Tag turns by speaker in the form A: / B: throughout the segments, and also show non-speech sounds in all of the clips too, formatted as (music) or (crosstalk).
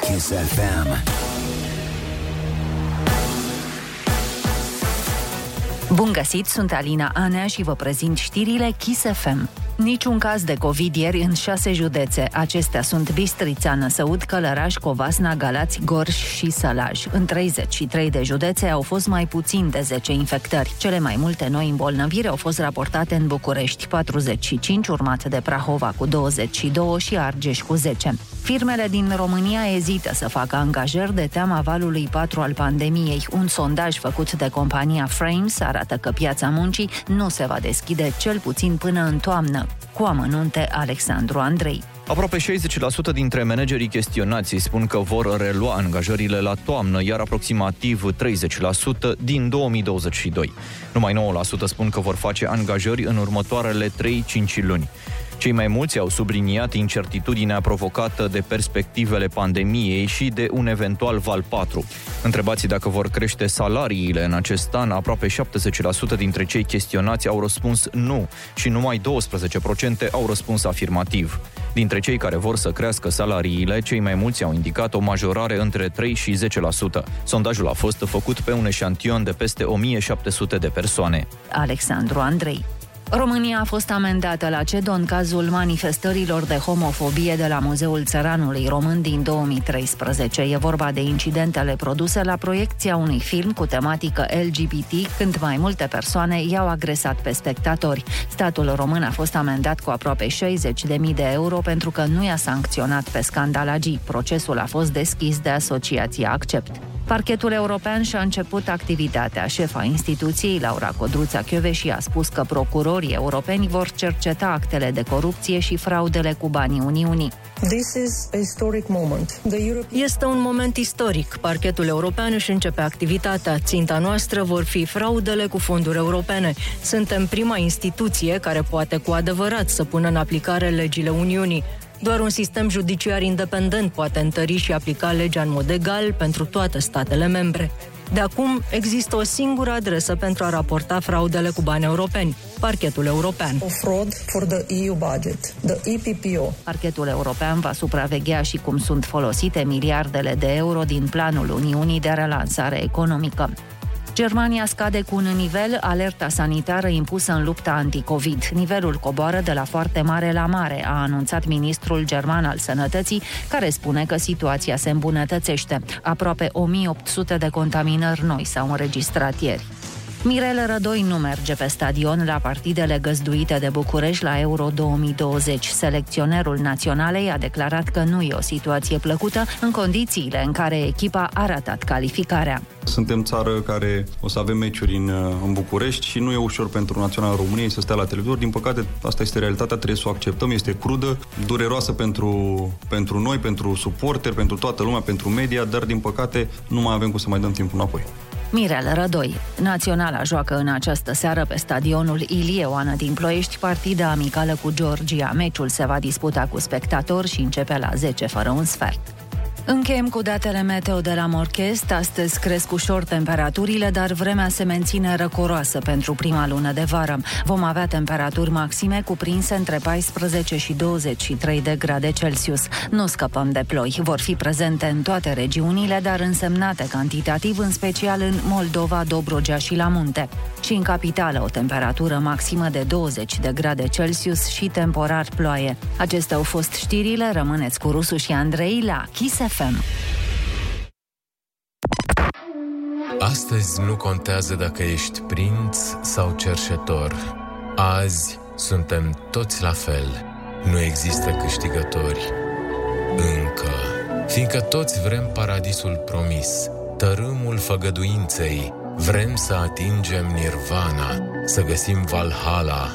A: Kiss FM.
B: Bun găsit, sunt Alina Anea și vă prezint știrile Kiss FM. Niciun caz de COVID ieri în șase județe. Acestea sunt Bistrița, Năsăud, Călăraș, Covasna, Galați, Gorj și Sălaj. În 33 de județe au fost mai puțin de 10 infectări. Cele mai multe noi îmbolnăviri au fost raportate în București, 45, urmat de Prahova cu 22 și Argeș cu 10. Firmele din România ezită să facă angajări de teama valului 4 al pandemiei. Un sondaj făcut de compania Frames arată că piața muncii nu se va deschide cel puțin până în toamnă. Cu amănunte Alexandru Andrei.
C: Aproape 60% dintre managerii chestionați spun că vor relua angajările la toamnă, iar aproximativ 30% din 2022. Numai 9% spun că vor face angajări în următoarele 3-5 luni. Cei mai mulți au subliniat incertitudinea provocată de perspectivele pandemiei și de un eventual val 4. Întrebați dacă vor crește salariile în acest an, aproape 70% dintre cei chestionați au răspuns nu și numai 12% au răspuns afirmativ. Dintre cei care vor să crească salariile, cei mai mulți au indicat o majorare între 3 și 10%. Sondajul a fost făcut pe un eșantion de peste 1700 de persoane.
B: Alexandru Andrei România a fost amendată la CEDO în cazul manifestărilor de homofobie de la Muzeul Țăranului Român din 2013. E vorba de incidentele produse la proiecția unui film cu tematică LGBT, când mai multe persoane i-au agresat pe spectatori. Statul român a fost amendat cu aproape 60.000 de euro pentru că nu i-a sancționat pe scandalagii. Procesul a fost deschis de Asociația Accept. Parchetul european și-a început activitatea. Șefa instituției, Laura Codruța Chioveși, a spus că procurorii europeni vor cerceta actele de corupție și fraudele cu banii Uniunii.
D: Este un moment istoric. Parchetul european își începe activitatea. Ținta noastră vor fi fraudele cu fonduri europene. Suntem prima instituție care poate cu adevărat să pună în aplicare legile Uniunii. Doar un sistem judiciar independent poate întări și aplica legea în mod egal pentru toate statele membre. De acum există o singură adresă pentru a raporta fraudele cu bani europeni, parchetul european.
E: O fraud for the EU budget, the EPPO.
B: Parchetul european va supraveghea și cum sunt folosite miliardele de euro din planul Uniunii de relansare economică. Germania scade cu un nivel alerta sanitară impusă în lupta anticovid. Nivelul coboară de la foarte mare la mare, a anunțat ministrul german al sănătății, care spune că situația se îmbunătățește. Aproape 1800 de contaminări noi s-au înregistrat ieri. Mirel Rădoi nu merge pe stadion la partidele găzduite de București la Euro 2020. Selecționerul naționalei a declarat că nu e o situație plăcută în condițiile în care echipa a ratat calificarea.
F: Suntem țară care o să avem meciuri în, uh, în București și nu e ușor pentru Naționala României să stea la televizor. Din păcate, asta este realitatea, trebuie să o acceptăm, este crudă, dureroasă pentru, pentru noi, pentru suporteri, pentru toată lumea, pentru media, dar din păcate nu mai avem cum să mai dăm timpul înapoi.
B: Mirel Rădoi. Naționala joacă în această seară pe stadionul Ilie Oană din Ploiești partida amicală cu Georgia. Meciul se va disputa cu spectatori și începe la 10 fără un sfert. Încheiem cu datele meteo de la Morchest. Astăzi cresc ușor temperaturile, dar vremea se menține răcoroasă pentru prima lună de vară. Vom avea temperaturi maxime cuprinse între 14 și 23 de grade Celsius. Nu scăpăm de ploi. Vor fi prezente în toate regiunile, dar însemnate cantitativ, în special în Moldova, Dobrogea și la munte. Și în capitală o temperatură maximă de 20 de grade Celsius și temporar ploaie. Acestea au fost știrile. Rămâneți cu Rusu și Andrei la Kiss FM.
G: Astăzi nu contează dacă ești prinț sau cerșetor. Azi suntem toți la fel. Nu există câștigători. Încă. Fiindcă toți vrem paradisul promis, tărâmul făgăduinței, vrem să atingem nirvana, să găsim Valhalla,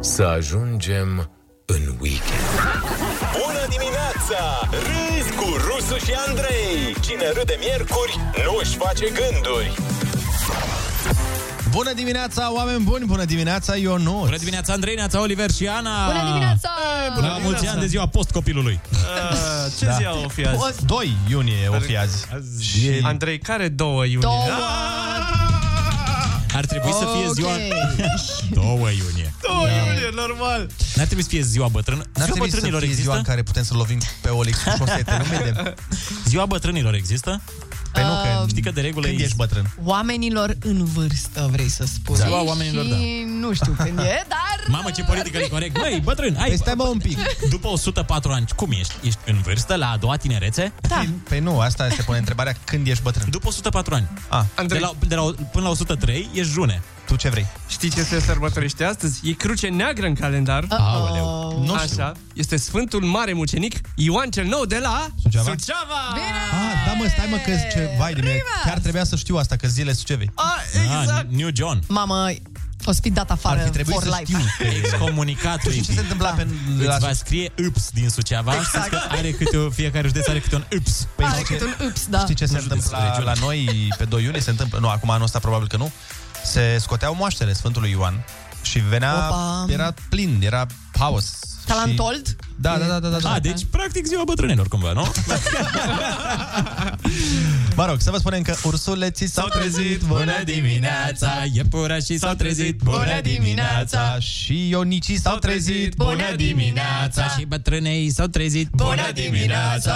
G: să ajungem în weekend.
H: Bună dimineața! Râzi cu Rusu și Andrei! Cine râde miercuri, nu își face gânduri.
I: Bună dimineața, oameni buni! Bună dimineața, Ionuț!
J: Bună dimineața, Andrei, Neața, Oliver și Ana!
K: Bună dimineața!
J: Bună la mulți ani de ziua post copilului!
L: A, ce da. ziua o fi azi?
I: Post 2 iunie o fi azi.
L: azi. Și... Andrei, care 2 iunie?
K: Două!
L: Da.
J: Ar trebui să fie ziua... Da. Două iunie.
A: Două iunie, normal.
J: N-ar trebui să fie ziua bătrână.
I: N-ar
J: Ziua
I: trebui să
J: bătrânilor
I: fie
J: există?
I: ziua în care putem să lovim pe Olix cu șosete, nu
K: (laughs)
I: vedem.
J: Ziua bătrânilor există?
A: Păi nu,
K: Um,
A: că-
J: Știi că de regulă
A: când ești
J: bătrân?
A: Oamenilor în vârstă, vrei să spui.
J: Da. Ziua oamenilor,
A: și
J: da.
A: nu știu când
I: (laughs)
A: e, da. dar...
J: Mamă, ce politică e corect. Măi, bătrân, hai. Păi stai
I: mă un pic.
J: După 104 ani, cum ești? Ești în vârstă la a doua tinerețe?
A: Da.
I: Păi nu, asta se pune întrebarea când ești bătrân. Ah.
J: După 104 ani.
I: A.
J: De la, de la, până la 103 ești june.
I: Tu ce vrei?
A: Știi ce se
L: sărbătorește astăzi? E cruce neagră în calendar.
J: Aoleu.
L: Nu Așa. Este Sfântul Mare Mucenic Ioan cel Nou de la
I: Suceava?
L: Suceava.
I: Ah, da mă, stai mă că ce vai de mine. Chiar trebuia să știu asta, că zile Sucevei.
A: Ah,
J: exact. New John.
A: Mamă, o fi dat afară
I: Ar fi trebuit
A: for
I: să
A: life.
I: știu.
J: Excomunicatul. Da.
I: Și ce se întâmpla pe
J: Îți
I: la
J: va scrie Ups din Suceava. Exact. Că are câte o, fiecare județ are câte un Ups.
A: Păi Are câte un ups, da.
I: Știi ce se
J: Nu știu
I: întâmplă
J: despre
I: la, la
J: regiune.
I: noi pe 2 iunie? Se întâmplă, nu, acum anul ăsta probabil că nu. Se scoteau moaștele Sfântului Ioan și venea,
A: Opa.
I: era plin, era haos.
A: Ca la Antold?
I: Da, da, da, da, da. da.
J: A, deci practic ziua bătrânelor cumva, nu?
I: (laughs) Mă rog, să vă spunem că ursuleții s-au trezit, bună dimineața!
J: Iepurașii s-au trezit, bună dimineața!
I: Și ionicii s-au trezit, bună dimineața!
J: Și bătrânei s-au trezit, bună dimineața!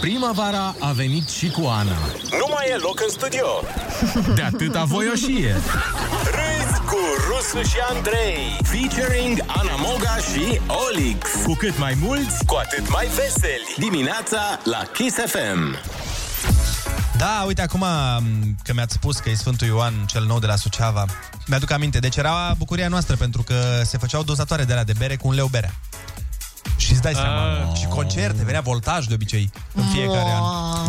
K: Primăvara a venit și cu Ana.
H: Nu mai e loc în studio.
K: De atâta voioșie.
H: Râzi cu Rusu și Andrei. Featuring Ana Moga și Olix.
K: Cu cât mai mulți,
H: cu atât mai veseli. Dimineața la Kiss FM.
I: Da, uite acum m, că mi-ați spus că e Sfântul Ioan cel nou de la Suceava. Mi-aduc aminte, deci era bucuria noastră pentru că se făceau dozatoare de la de bere cu un leu berea. Și îți dai
J: Ah.
I: seama, și concerte, venea voltaj de obicei în fiecare an.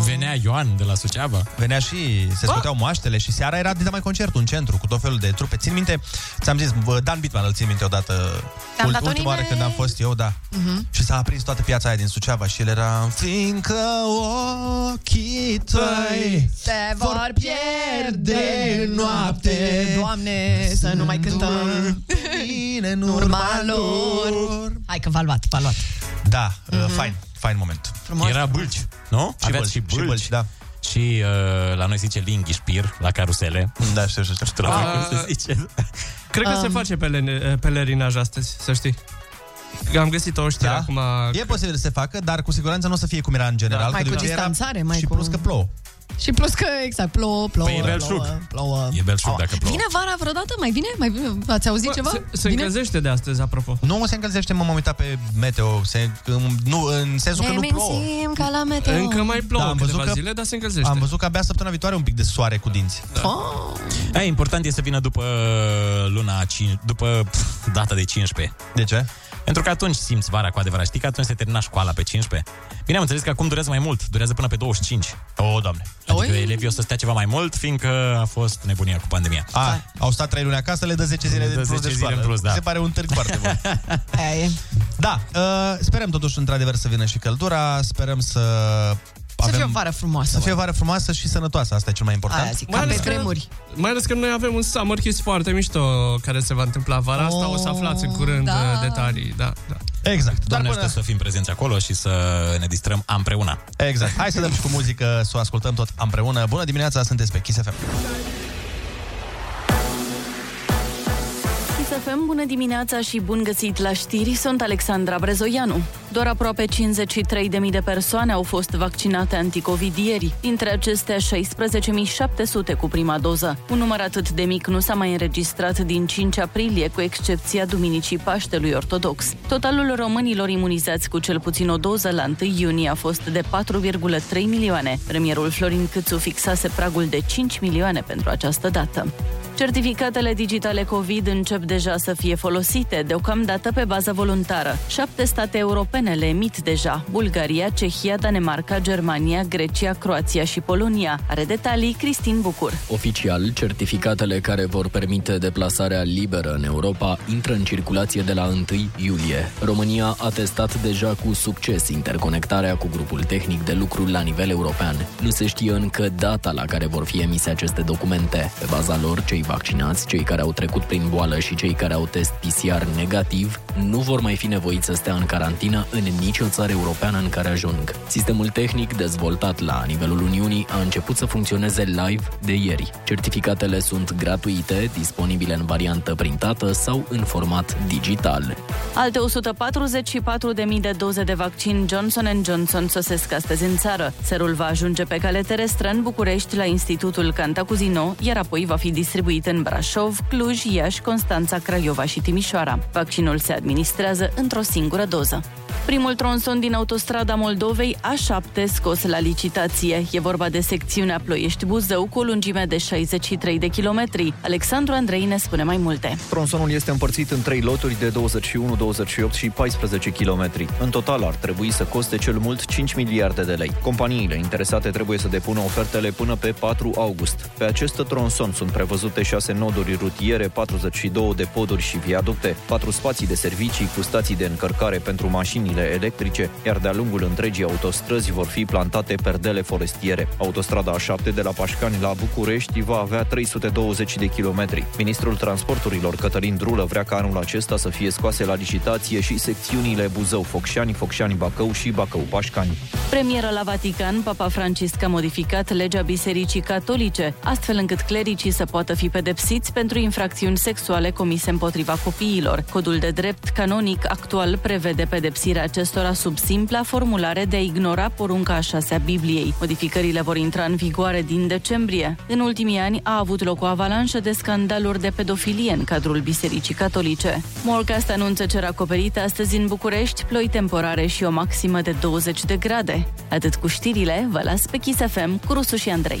J: Venea Ioan de la Suceava.
I: Venea și se scoteau moaștele și seara era de mai concert, un centru cu tot felul de trupe. Țin minte, ți-am zis, bă, Dan Bitman îl țin minte odată,
A: Ți-am dat o
I: ultima oară
A: nimeni.
I: când am fost eu, da.
A: Mhm.
I: Și s-a aprins toată piața aia din Suceava și el era Fiindcă ochii tăi
A: Se vor pierde
I: pierde
A: în
I: în
A: noapte
I: noapte.
A: Doamne, să nu mai cântăm
I: Bine
A: în urma lor Hai că v-a luat, v-a luat
I: Da, mm-hmm. uh, fain, fain moment.
A: Frumos.
J: Era bâlci, nu?
I: Și bâlci, și bâlci, da.
J: Și uh, la noi se zice linghișpir la carusele.
I: Da, știu, știu, știu.
J: Trafic,
L: Ah.
J: cum se zice.
L: Cred că se
A: Um.
L: face pelene- pelerinaj astăzi, să știi. Am găsit o știre
I: Da?
L: acum...
I: E posibil să se facă, dar cu siguranță nu o să fie cum era în general.
L: Da.
A: Mai
I: că
A: cu
I: de obicei era-
A: distanțare, mai
I: și
A: cu-
I: plus că plouă.
A: Și plus că, exact, plouă, plouă,
J: Păi e belșug.
A: plouă, plouă.
J: E belșug
I: Ah.
J: dacă plouă.
A: Vine vara vreodată? Mai vine? Mai vine? Ați auzit
L: Bă,
A: ceva?
L: Se, se
A: Vine?
L: încălzește de astăzi, apropo.
I: Nu se încălzește, m-am uitat pe meteo, se, în- nu, în sensul că nu plouă.
A: ca la meteo
L: Încă mai plouă
I: Da, am văzut
L: câteva
I: că-
L: zile, dar se încălzește.
I: Am văzut că abia săptămâna viitoare un pic de soare cu dinți.
A: oh,
J: Da, important e să vină după uh, luna 5, după pf, data de 15.
I: De ce?
J: Pentru că atunci simți vara cu adevărat. Știi că atunci se termina școala pe 15. Bine, am înțeles că acum durează mai mult. Durează până pe 25.
I: O, oh, doamne.
J: Adică
A: Oi.
J: elevii o să stea ceva mai mult, fiindcă a fost nebunia cu pandemia.
I: A, au stat trei luni acasă, le dă 10 zile
J: Le
I: de
J: dă
I: plus
J: 10
I: de
J: zile
I: școală.
J: în plus, da.
I: Se pare un târg foarte bun.
A: (laughs) aia e.
I: da, uh, sperăm totuși într-adevăr să vină și căldura, sperăm să
A: Să
I: avem...
A: fie o vară frumoasă.
I: Să fie o vară frumoasă și sănătoasă, asta e cel mai important.
A: Aia zic,
L: Da.
A: ca
L: Mai
A: pe
L: ales că-
A: vremuri.
L: Mai ales că noi avem un summer kiss foarte mișto care se va întâmpla vara asta, o să aflați în curând
A: Oh, da.
L: uh, detalii. Da, da.
I: Exact. Doar
J: Doamne
I: până...
J: ajută să fim prezenți acolo și să ne distrăm împreună.
I: Exact. Hai să dăm și cu muzică, să o ascultăm tot împreună. Bună dimineața, sunteți pe Kiss FM.
M: SFM, bună dimineața și bun găsit la știri, sunt Alexandra Brezoianu. Doar aproape 53.000 de persoane au fost vaccinate anticovid ieri, dintre acestea 16.700 cu prima doză. Un număr atât de mic nu s-a mai înregistrat din 5 aprilie, cu excepția Duminicii Paștelui Ortodox. Totalul românilor imunizați cu cel puțin o doză la 1 iunie a fost de 4,3 milioane. Premierul Florin Câțu fixase pragul de 5 milioane pentru această dată. Certificatele digitale COVID încep deja să fie folosite, deocamdată pe bază voluntară. Șapte state europene le emit deja, Bulgaria, Cehia, Danemarca, Germania, Grecia, Croația și Polonia. Are detalii Cristin Bucur.
N: Oficial, certificatele care vor permite deplasarea liberă în Europa intră în circulație de la 1 iulie. România a testat deja cu succes interconectarea cu grupul tehnic de lucru la nivel european. Nu se știe încă data la care vor fi emise aceste documente. Pe baza lor, cei vaccinați, cei care au trecut prin boală și cei care au test PCR negativ nu vor mai fi nevoiți să stea în carantină în nicio țară europeană în care ajung. Sistemul tehnic dezvoltat la nivelul Uniunii a început să funcționeze live de ieri. Certificatele sunt gratuite, disponibile în variantă printată sau în format digital.
M: Alte 144.000 de doze de vaccin Johnson Johnson sosesc astăzi în țară. Serul va ajunge pe cale terestră în București la Institutul Cantacuzino, iar apoi va fi distribuit în Brașov, Cluj, Iași, Constanța, Craiova și Timișoara. Vaccinul se administrează într-o singură doză. Primul tronson din autostrada Moldovei A7 scos la licitație. E vorba de secțiunea Ploiești-Buzău cu o lungime de 63 de kilometri. Alexandru Andrei ne spune mai multe.
C: Tronsonul este împărțit în trei loturi de 21, 28 și 14 km. În total ar trebui să coste cel mult 5 miliarde de lei. Companiile interesate trebuie să depună ofertele până pe 4 august. Pe acest tronson sunt prevăzute 6 noduri rutiere, 42 de poduri și viaducte, 4 spații de servicii cu stații de încărcare pentru mașinile electrice, iar de-a lungul întregii autostrăzi vor fi plantate perdele forestiere. Autostrada A7 de la Pașcani la București va avea 320 de kilometri. Ministrul Transporturilor Cătălin Drulă vrea ca anul acesta să fie scoase la licitație și secțiunile Buzău-Focșani, Focșani-Bacău și Bacău-Pașcani.
M: Premieră la Vatican, Papa Francisc a modificat legea Bisericii Catolice, astfel încât clericii să poată fi pedepsiți pentru infracțiuni sexuale comise împotriva copiilor. Codul de drept canonic actual prevede pedepsirea acestora sub simpla formulare de a ignora porunca a șasea Bibliei. Modificările vor intra în vigoare din decembrie. În ultimii ani a avut loc o avalanșă de scandaluri de pedofilie în cadrul Bisericii Catolice. Morcast anunță cer acoperit astăzi în București, ploi temporare și o maximă de 20 de grade. Atât cu știrile, vă las pe Kiss FM cu Rusu și Andrei.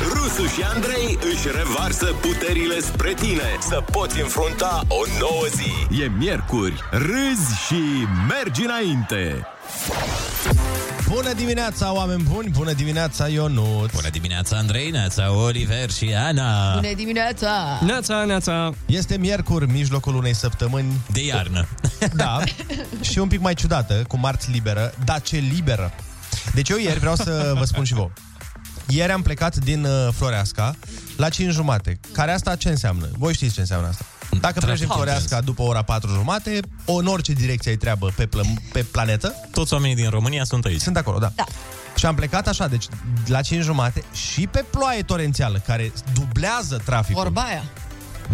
H: Rusu și Andrei își revarsă puterile spre tine să poți înfrunta o nouă zi.
G: E
J: (laughs)
G: miercuri, râzi și mergi înainte!
I: Bună dimineața, oameni buni! Bună dimineața, Ionut! Bună
J: dimineața, Andrei, neața, Oliver și Ana!
A: Bună dimineața!
I: Neața, neața! Este miercuri, mijlocul unei săptămâni...
J: De iarnă.
A: (laughs)
I: Da, și un pic mai ciudată, cu marți liberă, dar ce liberă! Deci eu ieri vreau să vă spun și vouă. Ieri am plecat din uh, Floreasca la 5 jumate. Care asta ce înseamnă? Voi știți ce înseamnă asta. Dacă pleci din
J: Trafic
I: Floreasca după ora 4 jumate, o- în orice direcție ai treabă pe, plăm, pe planetă...
J: Toți oamenii din România sunt aici.
I: Sunt acolo, da. da. Și am plecat așa, deci la 5 jumate și pe ploaie torențială, care dublează traficul.
A: Vorba aia.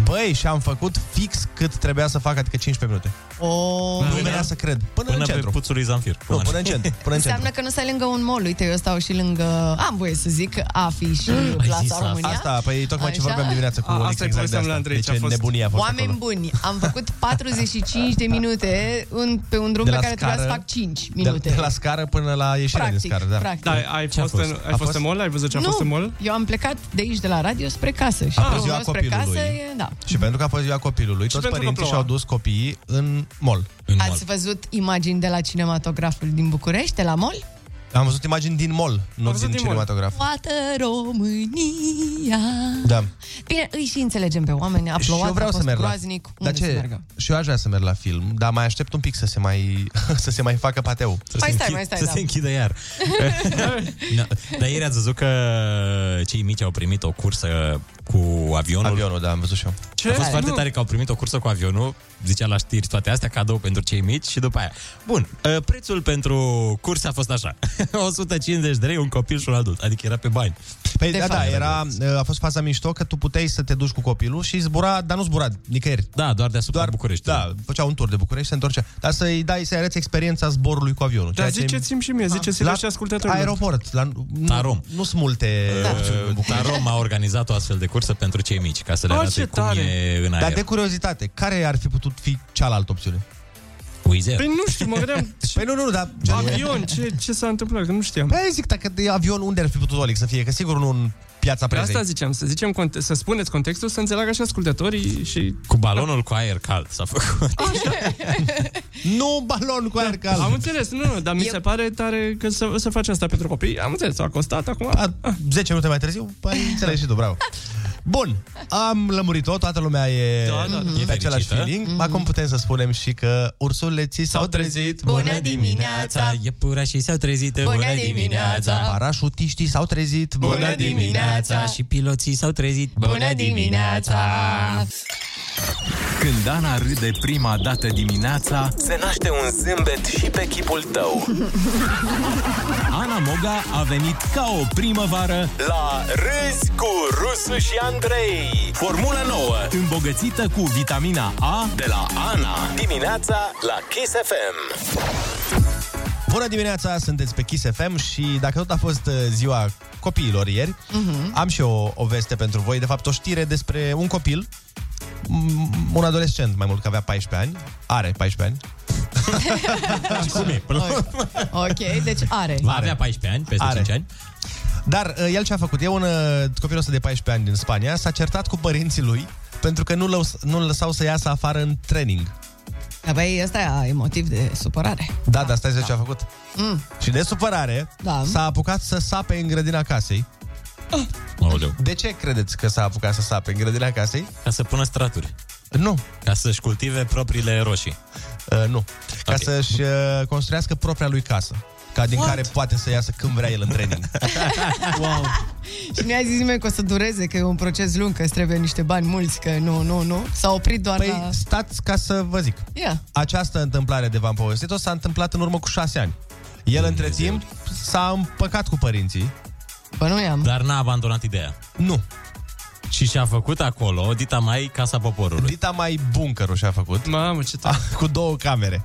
I: Băi, și am făcut fix cât trebuia să fac, adică 15 minute.
A: Oh,
I: nu venea să cred. Până, până în
J: pe
I: centru.
J: puțul lui Zamfir.
I: Nu, până în
J: (laughs)
I: centru. Până în centru.
A: Înseamnă că nu stai lângă un mall. Uite, eu stau și lângă... Am voie să zic AFI și Plața România.
I: Asta, păi tocmai ce
A: Așa?
I: vorbeam dimineața cu
A: A,
I: Olix,
A: asta e
I: exact de
A: povestea
I: asta.
A: lui Andrei,
I: Deci
A: ce a fost.
I: nebunia a fost
A: Oameni
I: acolo.
A: buni, am făcut 45 de minute în, pe un drum
I: De
A: pe
I: la
A: care trebuia să
I: scară-
A: fac 5 minute.
I: De, de la scară până la ieșire
A: Practic,
I: de scară, da.
A: practic. Da,
L: ai fost în- ai fost în mall? Ai văzut ce a
A: nu,
L: fost în mall?
A: eu am plecat de aici, de la radio, spre casă. Și
I: A fost
A: drumul
I: Ah, ziua
A: meu spre
I: copilului.
A: casă e... Da.
I: Și pentru că a fost ziua copilului, toți
A: pentru că
I: părinții
A: ploua.
I: și-au dus copiii în mall.
A: Ați văzut imagini de la cinematograful din București, de la mall?
I: Am văzut imagini din mall, nu
A: văzut
I: din
A: din mall.
I: cinematograf.
A: Toată România.
I: Da.
A: Bine, îi și înțelegem pe oameni. A
I: Și
A: plouat,
I: eu vreau
A: a
I: să
A: fost
I: merg la...
A: groaznic.
I: Dar
A: Unde
I: ce?
A: să
I: (laughs)
A: meargă?
I: Și eu aș vrea să merg la film, dar mai aștept un pic să se mai, (laughs) să se mai facă pateu.
J: Să se închid- Să
A: da.
J: se închidă iar. no, dar ieri ați văzut că cei mici au primit o cursă cu avionul.
I: Avionul, da, am văzut și eu.
J: Ce? A fost
I: Hai,
J: foarte
I: nu.
J: tare că au primit o cursă cu avionul, zicea la știri toate astea, cadou pentru cei mici și după aia. Bun, uh, prețul pentru curs a fost așa. (laughs) 150 de lei, un copil și un adult, adică era pe bani.
I: Păi da, da, era, a fost faza mișto că tu puteai să te duci cu copilul și zbura, dar nu zbura nicăieri.
J: Da, doar deasupra
I: doar, București. Da, făcea un tur de București și se întorcea. Dar să-i dai, să-i arăți experiența zborului cu avionul.
L: Dar
I: ceea ce-
L: ziceți-mi și mie, ziceți-le și ascultătorilor.
I: Aeroport, la, nu, Tarom. nu sunt multe opțiuni în București.
J: Ă, Tarom a organizat o astfel de cursă pentru cei mici, ca să le
I: Ah,
J: arate
I: ce
J: cum
I: tare!
J: e în aer.
I: Dar de curiozitate, care ar fi putut fi cealaltă opțiune?
J: Wizz Air.
L: Păi nu știu, mă gândeam...
I: (laughs) Păi nu, nu, dar...
L: Avion, ce, ce s-a întâmplat? Că nu știam.
I: Păi zic, dacă de avion, unde ar fi putut Olic să fie? Că sigur nu în piața
L: Pe
I: prezei.
L: asta ziceam, să zicem, conte- să spuneți contextul, să înțeleagă și ascultătorii și...
J: Cu balonul cu aer cald s-a făcut.
I: (laughs) Nu balon cu aer cald.
L: Da. Am înțeles, nu, nu, dar mi se pare tare că să, să faci asta pentru copii. Am înțeles, a costat acum.
I: A, 10 minute mai târziu,
J: (laughs)
I: păi înțelegi și tu, bravo. Bun, am lămurit-o, toată lumea e,
L: Da, da, da.
I: e pe
L: E
I: același
L: fericită.
I: feeling.
J: Mm-hmm.
I: Acum putem să spunem și că ursuleții s-au trezit.
J: Bună dimineața, iepurașii s-au trezit. Bună, dimineața.
I: Parașutiștii s-au trezit.
J: Bună dimineața. Și piloții s-au trezit.
A: Bună dimineața!
K: Când Ana râde prima dată dimineața,
H: Se naște un zâmbet și pe chipul tău
K: Ana Moga a venit ca o primăvară
H: La Râzi cu Rusu și Andrei
K: Formulă nouă, îmbogățită cu vitamina A
H: De la Ana Dimineața la Kiss FM
I: Bună dimineața, sunteți pe Kiss FM și dacă tot a fost uh, ziua copiilor ieri,
J: Mm-hmm.
O: Mhm.
I: am și eu o veste pentru voi, de fapt o știre despre un copil, m- un adolescent mai mult, că avea 14 ani, are 14 ani,
J: Cum e? Până la urmă,
A: Ok, deci are.
J: Va avea 14 ani, peste
I: Are.
J: 5 ani.
I: Dar uh, el ce a făcut? E un uh, copil ăsta de 14 ani din Spania, s-a certat cu părinții lui pentru că nu lăs- nu-l lăsau să iasă afară în training.
A: Da, băi, ăsta e motiv de supărare.
I: Da, dar stai să vezi ce a făcut.
A: Mm.
I: Și de supărare
A: Da.
I: s-a apucat să sape în grădina casei. De ce credeți că s-a apucat să sape în grădina casei?
J: Ca să pună straturi.
I: Nu.
J: Ca să-și cultive propriile roșii.
I: Uh, nu. Ca okay. să-și uh, construiască propria lui casă. Ca din
A: What?
I: care poate să iasă când vrea el în
A: (laughs)
I: training. (laughs) wow.
A: Și ne-a zis nimeni că o să dureze, că e un proces lung, că îți trebuie niște bani mulți, că nu, nu, nu. S-a oprit doar
I: Păi
A: la...
I: stați ca să vă zic.
A: Yeah.
I: Această întâmplare de v-am povestit-o s-a întâmplat în urmă cu șase ani. El între timp s-a împăcat cu părinții.
A: Bă, Păi nu i-am.
J: Dar n-a abandonat ideea.
I: Nu.
J: Și și-a făcut acolo Dita Mai Casa Poporului.
I: Dita Mai Bunkerul și-a făcut.
L: Mamă, ce
I: Ah, Cu două camere.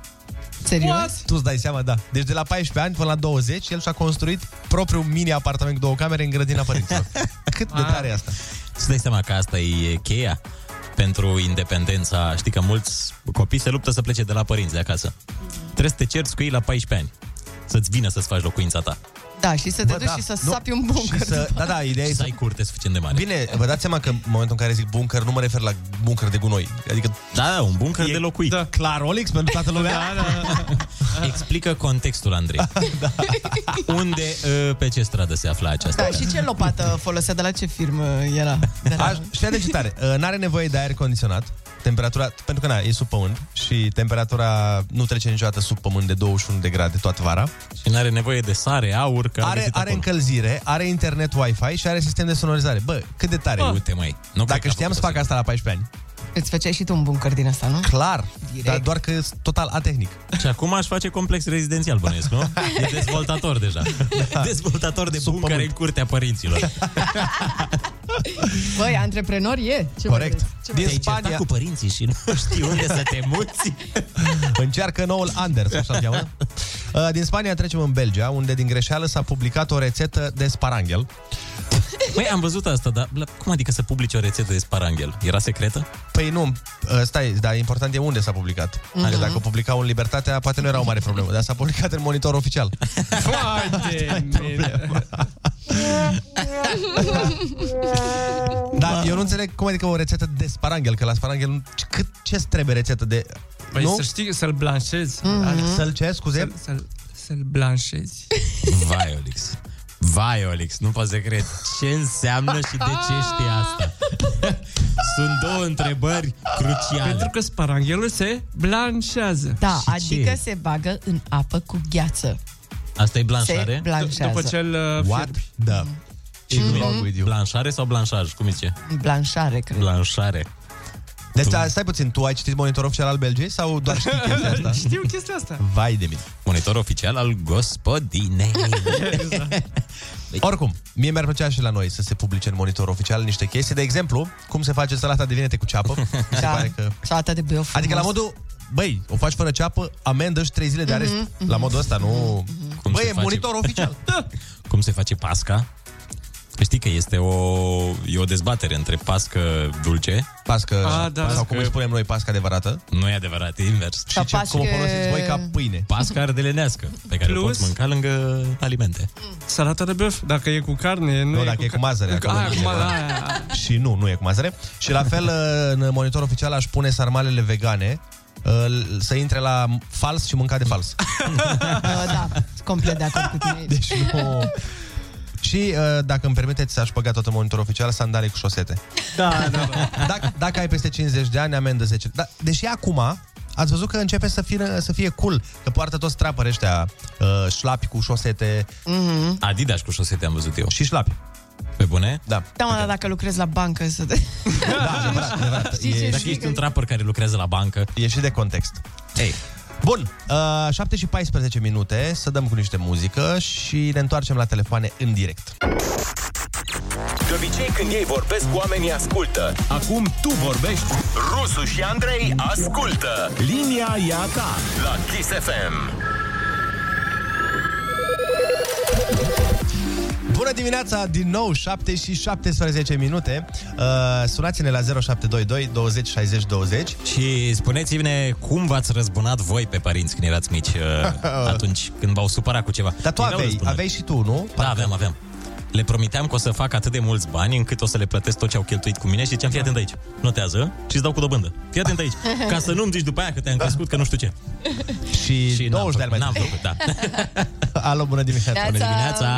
A: Serios?
I: Tu îți dai seama, da. Deci de la 14 ani până la 20, el și-a construit propriul mini-apartament cu două camere în grădina (laughs) părinților. Cât de tare e asta?
J: Îți dai seama că asta e cheia pentru independența. Știi că mulți copii se luptă să plece de la părinți de acasă. Trebuie să te cerți cu ei la 14 ani. Să-ți vină să-ți faci locuința ta.
A: Da, și să te duci și să sapi un bunker.
I: Și să, da, da, ideea e
J: să ai curte suficient de mare.
I: Bine, vă dați seama că în momentul în care zic bunker, nu mă refer la bunker de gunoi. Adică...
J: Da, da, un bunker de locuit. Da.
I: Clar, Olix, pentru toată lumea. Da.
J: Explică contextul,
I: (laughs)
J: Andrei. Unde, uh, pe ce stradă se afla aceasta?
A: Da, și ce lopată folosea, de la ce firmă era? De la...
I: Aș, știa de ce tare. Uh, N-are nevoie de aer condiționat. Temperatura, pentru că na, e sub pământ și temperatura nu trece niciodată sub pământ de 21 de grade toată vara.
J: Și nu are nevoie de sare, aur, că
I: Are, are încălzire, are internet Wi-Fi și are sistem de sonorizare. Bă, cât de tare.
J: Ah. Uite, mai.
I: Nu Dacă știam să fac asta la 14 ani.
A: Îți făceai și tu un bunker din asta, nu?
I: Clar,
A: Direct.
I: dar doar că e total atehnic.
J: Și acum aș face complex rezidențial, bănuiesc, nu? E dezvoltator
I: (laughs)
J: deja. Da. Dezvoltator de bun care în curtea părinților.
A: Băi, antreprenor e. Ce vedeți? Ce
J: Din
A: vedeți?
J: Spania. cu părinții și
I: (laughs)
J: nu știi unde să te muți.
I: Încearcă noul Anders, așa se cheamă. Uh, Din Spania trecem în Belgia, unde din greșeală s-a publicat o rețetă de sparanghel.
J: Măi, Păi, am văzut asta, dar la- cum adică să publici o rețetă de sparanghel? Era secretă?
I: Păi nu, uh, stai, dar important e unde s-a publicat.
J: Mhm.
I: Că dacă o publicau în Libertatea, poate nu era o mare problemă, dar s-a publicat în monitor
J: (laughs)
I: oficial.
L: Vai de mine.
J: Da.
I: Dar eu nu înțeleg cum adică o rețetă de sparanghel, că la sparanghel nu- ce- cât ce trebuie rețetă de...
L: Păi
I: nu? Mhm.
L: să știi, să-l blanșezi.
I: Să-l ce, scuze?
L: Să-l, să-l, să-l blanșezi.
J: Vai, Olix. Vai, Olix, nu pot să cred. Ce înseamnă și de ce știi
I: (laughs)
J: asta? Sunt două întrebări cruciale.
L: Pentru că sparanghelul se blanșează.
A: Da, adică se bagă în apă cu gheață.
J: Asta e
A: Se
J: blanșare?
A: blanșează. După ce îl, uh,
J: What
I: the...
A: Mhm.
J: Blanșare sau blanșaj? Cum zice?
A: Blanșare, cred.
J: Blanșare.
I: Deci, stai, stai puțin, tu ai citit monitor oficial al Belgiei sau doar
L: (laughs)
I: știi chestia asta?
L: Știu chestia asta.
I: Vai de mine.
J: Monitor oficial al
L: (laughs)
J: gospodinei.
I: Exact. Oricum, mie mi-ar plăcea și la noi să se publice în monitor oficial niște chestii. De exemplu, cum se face salata de vinete cu ceapă. Mi se
A: Da.
I: pare că...
A: Salata de bău frumos.
I: Adică la modul, băi, o faci fără ceapă, amendă și 3 zile de arest.
A: Mhm, mhm. Mm-hmm.
I: La modul ăsta, nu...
J: Cum
I: Băi,
J: se
I: e (laughs)
J: face?
I: monitor oficial.
J: Cum se face pasca? Păi Știi că este o, e o dezbatere între pască dulce
I: Pască,
J: A, da.
I: sau cum îi spunem noi, pască adevărată.
J: Nu e adevărat, e invers
I: Și ce, cum o folosiți voi ca pâine?
J: Pasca ardelenească Pe care Plus...
L: Plus-
J: poți mânca lângă alimente
L: Salata de băf, dacă e cu carne, nu,
I: Nu, dacă
L: cu Ah,
I: e cu mazăre.
L: Cu-
I: acolo
L: aia,
I: e
L: cu
I: ceva.
L: mazăre, aia.
I: Și nu, nu e cu mazăre. Și la fel, în monitor oficial aș pune sarmalele vegane uh, să intre la fals și mânca de fals.
A: da, complet de acord cu tine aici.
I: Deci nu... (laughs) Și, uh, dacă îmi permiteți, aș băga tot în monitor oficial sandale cu șosete.
L: Da, da, da.
I: Dacă, dacă ai peste 50 de ani, amendă 10. Da, deși acum, ați văzut că începe să fie, să fie cool, că poartă toți trapări ăștia, uh, șlapi cu șosete.
A: Mhm.
J: Adidas cu șosete am văzut eu
I: Și șlapi.
J: Pe bune? Da,
I: Da
A: Da, mă, dar dacă lucrezi la bancă
I: (laughs)
A: să te... Știi ce
J: e, Dacă
A: zic?
J: ești un trapper care lucrează la bancă
I: E și de context
J: Ei,
I: Bun, uh, 7 și 14 minute, să dăm cu niște muzică și ne întoarcem la telefoane în direct.
H: De obicei când ei vorbesc, oamenii ascultă.
K: Acum tu vorbești.
H: Rusu și Andrei ascultă.
K: Linia e a ta.
H: La Kiss FM.
I: Bună dimineața, din nou 7 și 17 minute. Uh, sunați-ne la 0722 20 60 20.
J: Și spuneți-ne cum v-ați răzbunat voi pe părinți când erați mici,
I: (laughs)
J: uh, atunci când v-au supărat cu ceva.
I: Dar tu
J: Erau
I: aveai,
J: răzbunări.
I: aveai și tu, nu? (laughs)
J: Da, aveam, aveam. Le promiteam că o să fac atât de mulți bani încât o să le plătesc tot ce au cheltuit cu mine și ziceam, fii atent aici, notează și îți dau cu dobândă. Fii atent aici, ca să nu-mi zici după aia că te-am crescut, că nu știu ce.
I: Da. Și,
J: și 20 de ani mai N-am făcut, da.
I: Alo, bună dimineața!
J: Bună dimineața!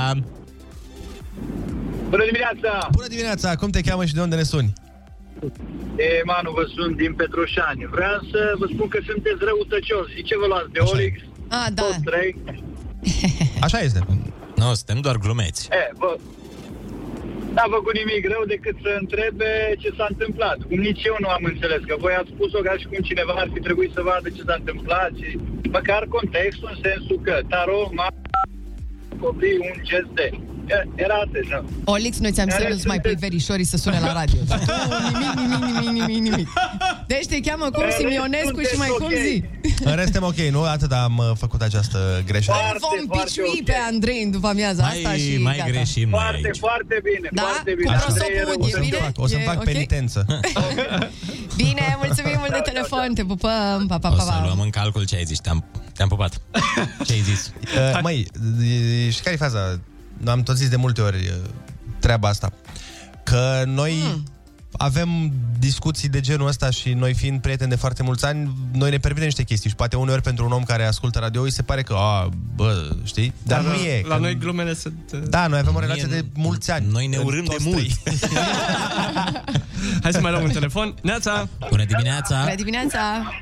O: Bună dimineața!
I: Bună dimineața! Cum te cheamă și de unde ne suni?
O: E, Manu, vă sunt din Petroșani. Vreau să vă spun că sunteți răutăcioși. Și ce vă luați de Olix?
A: A, da.
O: Tot trei.
I: Așa este.
J: Nu, no, suntem doar glumeți.
O: E, vă... N-a făcut nimic rău decât să întrebe ce s-a întâmplat. Cum nici eu nu am înțeles, că voi ați spus-o ca și cum cineva ar fi trebuit să vadă ce s-a întâmplat și măcar contextul în sensul că taro, ma, copii, un gest de... E, Era atât, da. nu?
A: Olix, noi ți-am zis să
O: Care
A: nu-ți mai pui verișorii să sune la
I: (laughs)
A: radio. Și tu, nimic, nimic, nimic, nimic, nimic. Deci te cheamă cum
O: Care
A: Simionescu și mai
O: sunteți
A: cum
O: ok.
A: zi.
I: În rest, suntem ok, nu? Atât am uh, făcut această greșeală.
A: Îl vom biciui pe Andrei în după amiaza asta și gata.
O: Foarte, foarte bine,
A: Da?
O: foarte
A: Cu
O: bine. Andrei
A: prosopul,
O: Rău.
A: e bine?
I: O să-mi
A: E
I: fac
A: ok?
I: penitență.
J: Ah.
A: Bine, mulțumim mult de telefon, te pupăm, (laughs) pa, pa,
J: O
A: pa,
J: să
A: pa.
J: luăm în calcul ce ai zis, te-am, te-am pupat. Ce ai zis?
I: Uh, măi, e- știi care e faza? Am tot zis de multe ori uh, treaba asta. Că noi
L: Hmm.
I: avem discuții de genul ăsta și noi fiind prieteni de foarte mulți ani, noi ne permitem niște chestii și poate uneori pentru un om care ascultă radio îi se pare că, a, bă, știi? Dar
L: Da,
I: nu
L: da.
I: e.
L: La
I: că-
L: noi glumele sunt... uh, (laughs)
I: Da, noi avem o
L: Mie
I: relație
L: nu-
I: de mulți ani. Noi
J: ne urâm de mult.
L: Hai să mai luăm un telefon. Neața!
J: Bună dimineața!
A: Bună dimineața!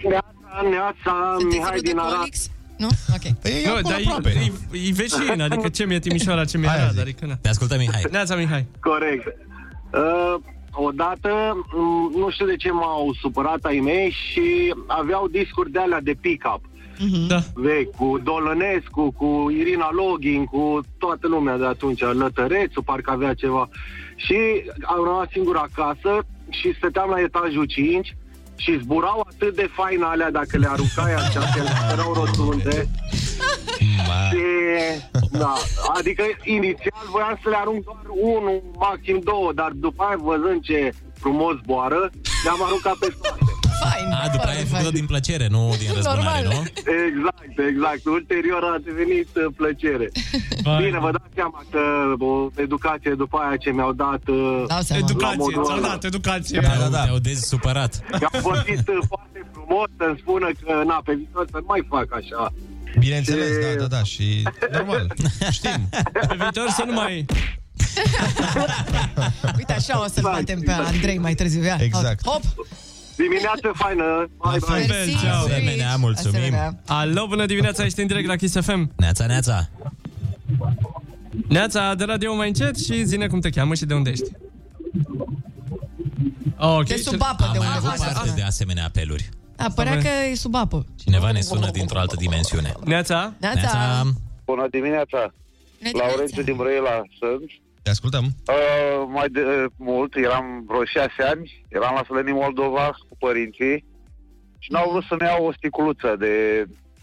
O: Neața, neața,
A: Mihai din Arad. Nu? Ok.
J: Păi,
L: Nu, dar e, e, e vecin, adică ce mi-e Timișoara, ce mi-e Arad, adică na.
J: Te ascultă Mihai.
L: Neața, Mihai.
O: Corect. Uh, odată, m, nu știu de ce m-au supărat ai mei și aveau discuri de alea de pick-up.
L: Da.
O: Vechi, cu Dolănescu, cu Irina Login, cu toată lumea de atunci, Lătărețu, parcă avea ceva. Și am rămas singur acasă și stăteam la etajul 5 și zburau atât de fain alea dacă le aruncai așa, că erau rotunde. Și,
J: eh.
O: da, adică inițial voiam să le arunc doar unul, maxim două, dar după aia văzând ce frumos boară, le-am aruncat pe toate.
J: A, după aia ai făcut-o din plăcere, nu din răzbunare, nu?
O: Exact, exact. Ulterior a devenit uh, plăcere. Bine, vă dați seama că o educație după aia ce mi-au dat... uh, la
L: Educație,
O: modul
L: ți-au
O: ăla.
L: dat educație.
J: Da, da, da. Te-au supărat.
O: Am vorbit uh, foarte frumos să-mi spună că, na, pe viitor să nu mai fac așa.
I: Bineînțeles, da, da, da, și normal.
L: Pe viitor să nu mai...
A: Uite așa o să-l batem pe Andrei mai târziu. Ia.
I: Exact.
A: Hop!
O: Dimineață faină! Bye, bye!
J: Asemenea, mulțumim.
L: Asemenea. Alo, bună dimineața, ești în direct la Kiss FM.
J: Neața, neața.
L: Neața, de radio mai încet și zine cum te cheamă și de unde ești. Ok.
A: De sub apă,
J: Am
A: de
J: mai
A: undeva.
J: avut parte de asemenea apeluri.
A: Da, părea că e sub apă. Da,
J: Cineva ne sună dintr-o altă dimensiune.
L: Neața?
A: Neața.
P: Bună dimineața! Laurențiu din Brăila sunt.
I: Te ascultăm.
P: Uh, mai de mult, eram vreo șase ani, eram la Slăni Moldova cu părinții și n-au vrut să-mi iau o sticuluță de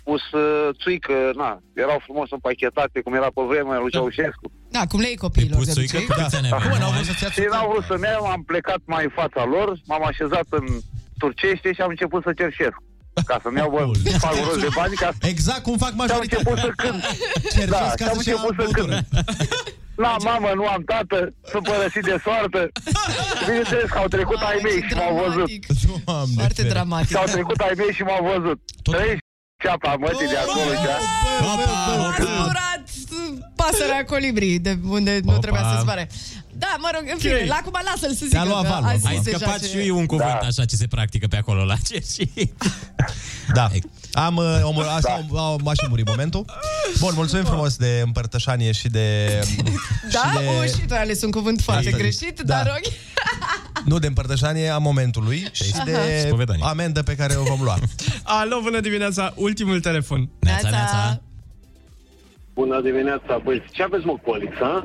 P: pus uh, țuică, na, erau frumos împachetate, cum era pe vremea lui Ceaușescu.
A: Da, cum le iei
J: Păi,
A: copiilor de obicei.
P: Ei n-au vrut să-mi iau, am plecat mai în fața lor, m-am așezat în turcește și am început să cerșesc. Ca să-mi iau, bă, fac rost de bani, ca
I: Exact cum fac majoritatea.
P: Și-au început să
I: (laughs)
P: cânt.
I: Cerșesc
P: da,
I: ca
P: și-au
I: să-și ia Deci-
P: început să cânt. La mamă, nu am tată, sunt părăsit de
I: (laughs)
P: soartă. Bineînțeles că au trecut ai mei și m-au văzut.
A: Foarte dramatic.
P: Au trecut ai mei și m-au văzut. Trăiești ceapa mătii de acolo. și
A: Curat pasărea colibrii, de unde nu trebuia să zboare. Da, mă rog, în fine,
J: Ok.
A: la acum lasă-l să zică. că a zis
J: Ai
A: deja
J: scăpat
A: ce-
J: și un cuvânt da. așa ce se practică pe acolo la cerșii.
I: Da. Am uh, omor, asta da. a, a și murit momentul. Bun, mulțumim frumos de împărtășanie și de...
A: Da,
I: și
A: o,
I: de
A: și tu ai ales un cuvânt foarte
I: Asta.
A: greșit,
I: Da.
A: dar ok.
I: nu, de împărtășanie a momentului și
A: Aha.
I: de
J: Spovedanie.
I: amendă pe care o vom lua.
L: Alo, bună dimineața, ultimul telefon.
J: Neața,
L: neața.
O: Bună dimineața, băieți. Ce aveți, mă, cu Alex, ha?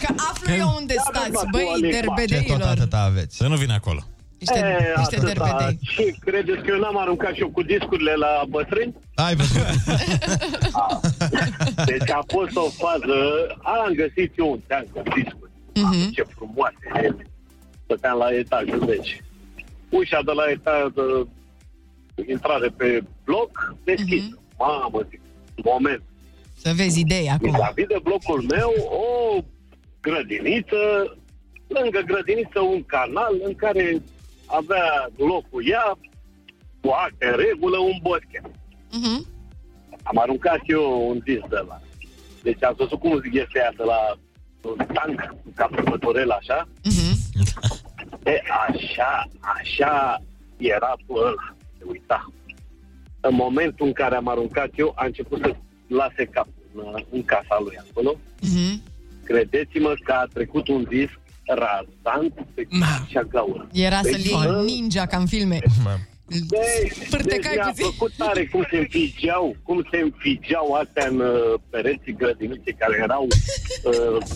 A: Că aflu eu unde
O: da,
A: stați, băi, derbedeilor.
I: atâta aveți?
J: Să nu vin acolo.
A: Niște,
O: E,
A: niște
O: atâta.
A: derbedei.
O: Ce credeți că eu n-am aruncat și eu cu discurile la bătrâni?
I: Ai
O: (laughs)
I: văzut.
O: Deci a fost o fază, am găsit eu un teanc cu discuri.
A: Mhm.
O: Ce frumoase ele. Stăteam la etajul 10. Ușa de la etajul de intrare pe bloc deschisă. Mamă, zic, moment.
A: Mm-hmm. Să vezi idei acum.
O: Vis-a-vis de blocul meu, o grădiniță, lângă grădiniță un canal în care avea loc cu ea, cu acte în regulă, un boschet.
A: Mm-hmm.
O: Am aruncat și eu un dis de la. Deci am văzut cum zic este aia de la un tank cu capătorel așa. E, așa, așa era pe ăla. Se uita. În momentul în care am aruncat eu, a început să lase capul în, în casa lui acolo.
A: Mhm.
O: Credeți-mă că a trecut un disc rasant pe și a gaură.
A: Era să-l
O: Deci,
A: iei ninja ca în filme. Pârtecai
O: Deci, mi-a
A: puțin.
O: plăcut tare cum se înfigeau, cum se înfigeau astea în uh, pereții grădiniței care erau uh,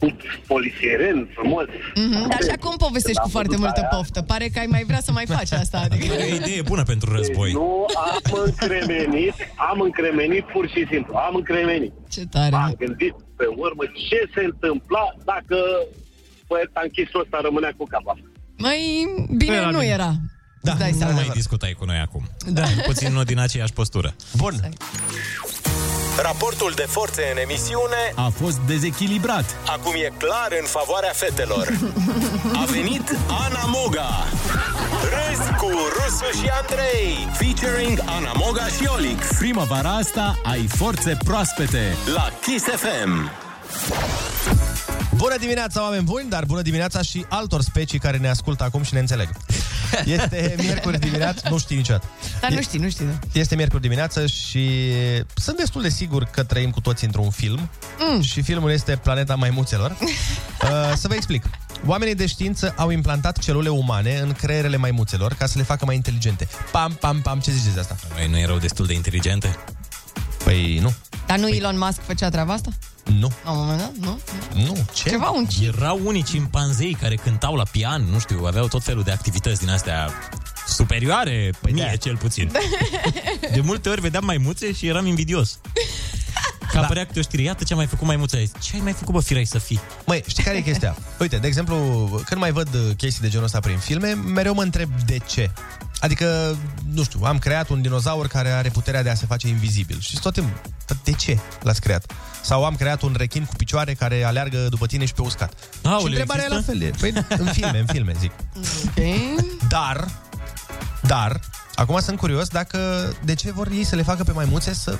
O: cu polisiren frumos.
A: Mhm. Dar și acum povestești cu foarte multă poftă. Pare că ai mai vrea să mai faci asta. Adică...
J: E o idee bună pentru război.
O: Deci Nu, am încremenit, am încremenit pur și simplu, am încremenit.
A: Ce tare.
O: Am gândit pe urmă ce se întâmpla dacă băieta închisul ăsta rămânea cu capa.
A: Mai bine
J: Era
A: nu
J: bine.
A: era.
I: Da,
A: dai
J: nu
A: seama.
J: mai discutai cu noi acum.
A: Da.
J: Puțin nu din aceeași postură.
I: Bun.
H: Raportul de forțe în emisiune
K: A fost dezechilibrat.
H: acum e clar în favoarea fetelor.
K: A venit
H: Ana Moga. Râzi cu Rusu și Andrei. Featuring Ana Moga și Olix.
K: Primăvara asta ai forțe proaspete la Kiss FM.
I: Bună dimineața, oameni buni, dar bună dimineața și altor specii care ne ascultă acum și ne înțeleg. Este miercuri dimineață, nu știi niciodată.
A: Dar nu știi, nu știi. Da.
I: Este miercuri dimineață și sunt destul de sigur că trăim cu toți într-un film mm. și filmul este Planeta Maimuțelor. uh, să vă explic. Oamenii de știință au implantat celule umane în creierele maimuțelor ca să le facă mai inteligente. Pam, pam, pam, ce ziceți de asta?
J: Noi nu erau destul de inteligente?
I: Păi nu.
A: Dar nu Elon Musk făcea treaba asta?
I: Nu.
A: La un moment dat, nu?
I: Nu, ce?
A: Ceva un...
J: Erau unii cimpanzei care cântau la pian, nu știu, aveau tot felul de activități din astea superioare, păi
I: da.
J: mie cel puțin.
A: Da.
J: (laughs) De multe ori vedeam maimuțe și eram invidios. Că apărea câte o știre, iată ce am mai făcut maimuța aia. Ce ai mai făcut, bă, firai să fii?
I: Măi, știi care e chestia? Uite, de exemplu, când mai văd uh, chestii de genul ăsta prin filme, mereu mă întreb de ce. Adică, nu știu, am creat un dinozaur care are puterea de a se face invizibil. Și tot timpul, dar de ce l-ați creat? Sau am creat un rechin cu picioare care aleargă după tine și pe uscat.
J: Aoleu,
I: și întrebarea e la
J: există?
I: fel. e, Păi, în filme, în filme, zic.
A: Okay.
I: Dar, dar, acum sunt curios dacă, de ce vor ei să le facă pe maimuțe să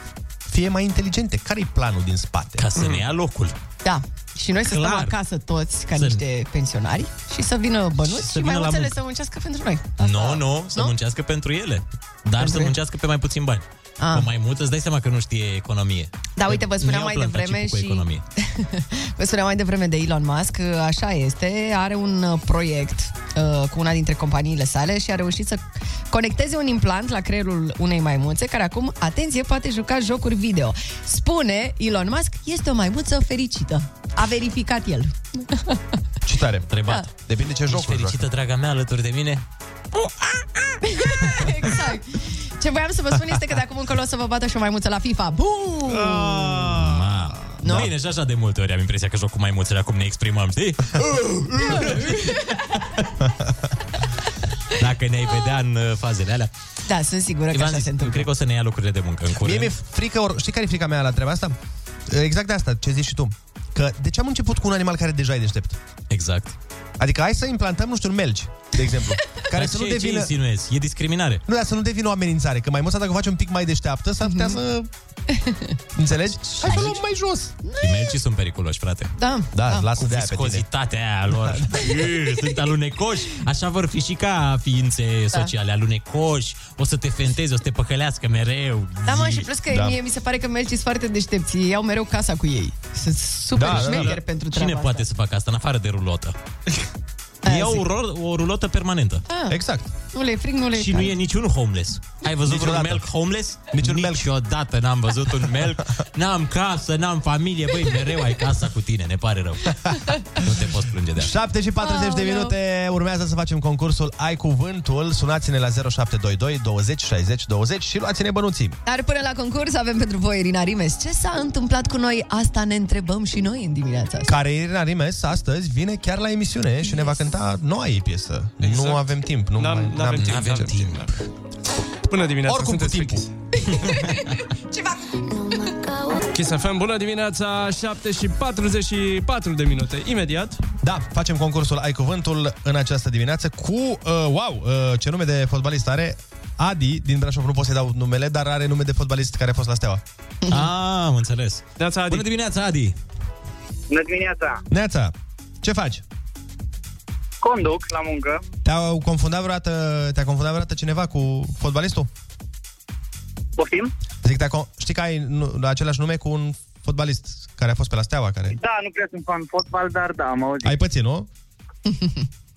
I: fie mai inteligente. Care-i planul din spate?
J: Ca să ne ia locul.
A: Da. Și noi să stăm
I: Clar.
A: acasă toți ca
I: Să-
A: niște pensionari și să vină
J: Și
A: bănuți și
J: să vină
A: mai
J: la
A: mulțele
J: muncă.
A: să muncească pentru noi.
J: Nu, nu, să muncească pentru ele. Dar să
A: ele.
J: muncească pe mai puțin bani.
A: Ah.
J: Pe mai mult îți dai seama că nu știe economie.
A: Da, uite, vă spuneam
J: Nu i-au
A: mai
J: plantat
A: devreme
J: chipul cu
A: și-
J: Economie.
A: Vă spuneam mai devreme de Elon Musk, așa este, are un uh, proiect uh, cu una dintre companiile sale și a reușit să conecteze un implant la creierul unei maimuțe care acum, atenție, poate juca jocuri video. Spune Elon Musk, este o maimuță fericită. A verificat el.
I: Ce tare.
J: Întrebat. Da.
I: Depinde ce
J: Ești
I: jocuri
J: fericită, draga mea, alături de mine?
A: exact. Ce voiam să vă spun este că de acum încolo o să vă bată și o maimuță la FIFA. Bum! Ah!
J: No? Da. Bine, și așa de multe ori am impresia că joc cu maimuțele, acum ne exprimăm, știi? Dacă ne-ai vedea în uh, fazele alea.
A: Da, sunt sigură că
J: V-am
A: așa
J: zis,
A: se întâmplă.
J: Cred că o să ne ia lucrurile de muncă în
I: Mie
J: curând.
I: mi-e frică, or, știi care e frica mea la treaba asta? Exact de asta, ce zici și tu. Că de ce am început cu un animal care deja e deștept?
J: Exact.
I: Adică hai să implantăm, nu știu, un melci, de exemplu. care
J: (laughs) Dar
I: să
J: ce,
I: nu devină...
J: ce insinuezi? E discriminare.
I: Nu, dar să nu devină o amenințare, că mai mult dacă o faci un pic mai deșteaptă, s-ar putea să...
A: Mm-hmm. (laughs)
I: Înțelegi? Hai să luăm mai jos.
J: Imelcii sunt periculoși, frate.
A: Da.
I: Da, da. lasă
J: Cu
I: de aia pe tine. Da,
J: viscozitatea aia lor. Ui, Sunt alunecoși. Așa vor fi și ca ființe
A: Da.
J: sociale, alunecoși. O să te fenteze, o să te păcălească mereu.
A: Da, mă, și plus că da. mie mi se pare că mergi foarte deștepți. Ei iau mereu casa cu ei. Sunt super da, șmecheri da, da. pentru
J: Cine
A: treaba
J: poate să facă asta în afară de rulotă? E o, ro- o rulotă permanentă.
A: Ah.
I: Exact.
A: asta. Nu le e frig, nu le
J: Și nu e niciun homeless. Ai văzut vreun
I: Niciodată.
J: melc homeless? Niciun Niciodată n-am văzut un melc. N-am casă, n-am familie. Băi, mereu ai casa cu tine, ne pare rău. Nu te poți plânge de asta.
I: 7 și 40 de minute urmează să facem concursul Ai Cuvântul. Sunați-ne la 0722 20 60 20 și luați-ne bănuții.
A: Dar până la concurs avem pentru voi, Irina Rimes. Ce s-a întâmplat cu noi? Asta ne întrebăm și noi în dimineața asta.
I: Care Irina Rimes astăzi vine chiar la emisiune și ne va cânta noua ei piesă. Nu avem timp. Nu
L: Exact. N-am-
I: mai,
L: n-avem timp, n-avem
I: timp.
L: Până dimineața
I: Oricum cu
L: sunteți
I: timpul.
L: Kiss FM, bună dimineața, 7 și 44 de minute. Imediat.
I: Da, facem concursul Ai Cuvântul în această dimineață cu, uh, wow, uh, ce nume de fotbalist are Adi din Brașov, nu pot să-i dau numele, dar are nume de fotbalist care a fost la Steaua.
J: Ah, am înțeles.
L: Neața, Adi.
J: Bună dimineața, Adi.
Q: Bună dimineața!
I: Neața, ce faci?
Q: Conduc la muncă.
I: Te-a confundat vreodată, te-a confundat vreodată cineva cu fotbalistul?
Q: Poftim?
I: Zic, te-a, con- știi că ai nu, același nume cu un fotbalist care a fost pe la Steaua, care...
Q: Da, nu prea sunt fan fotbal, dar da, am auzit.
I: Ai pățit, nu?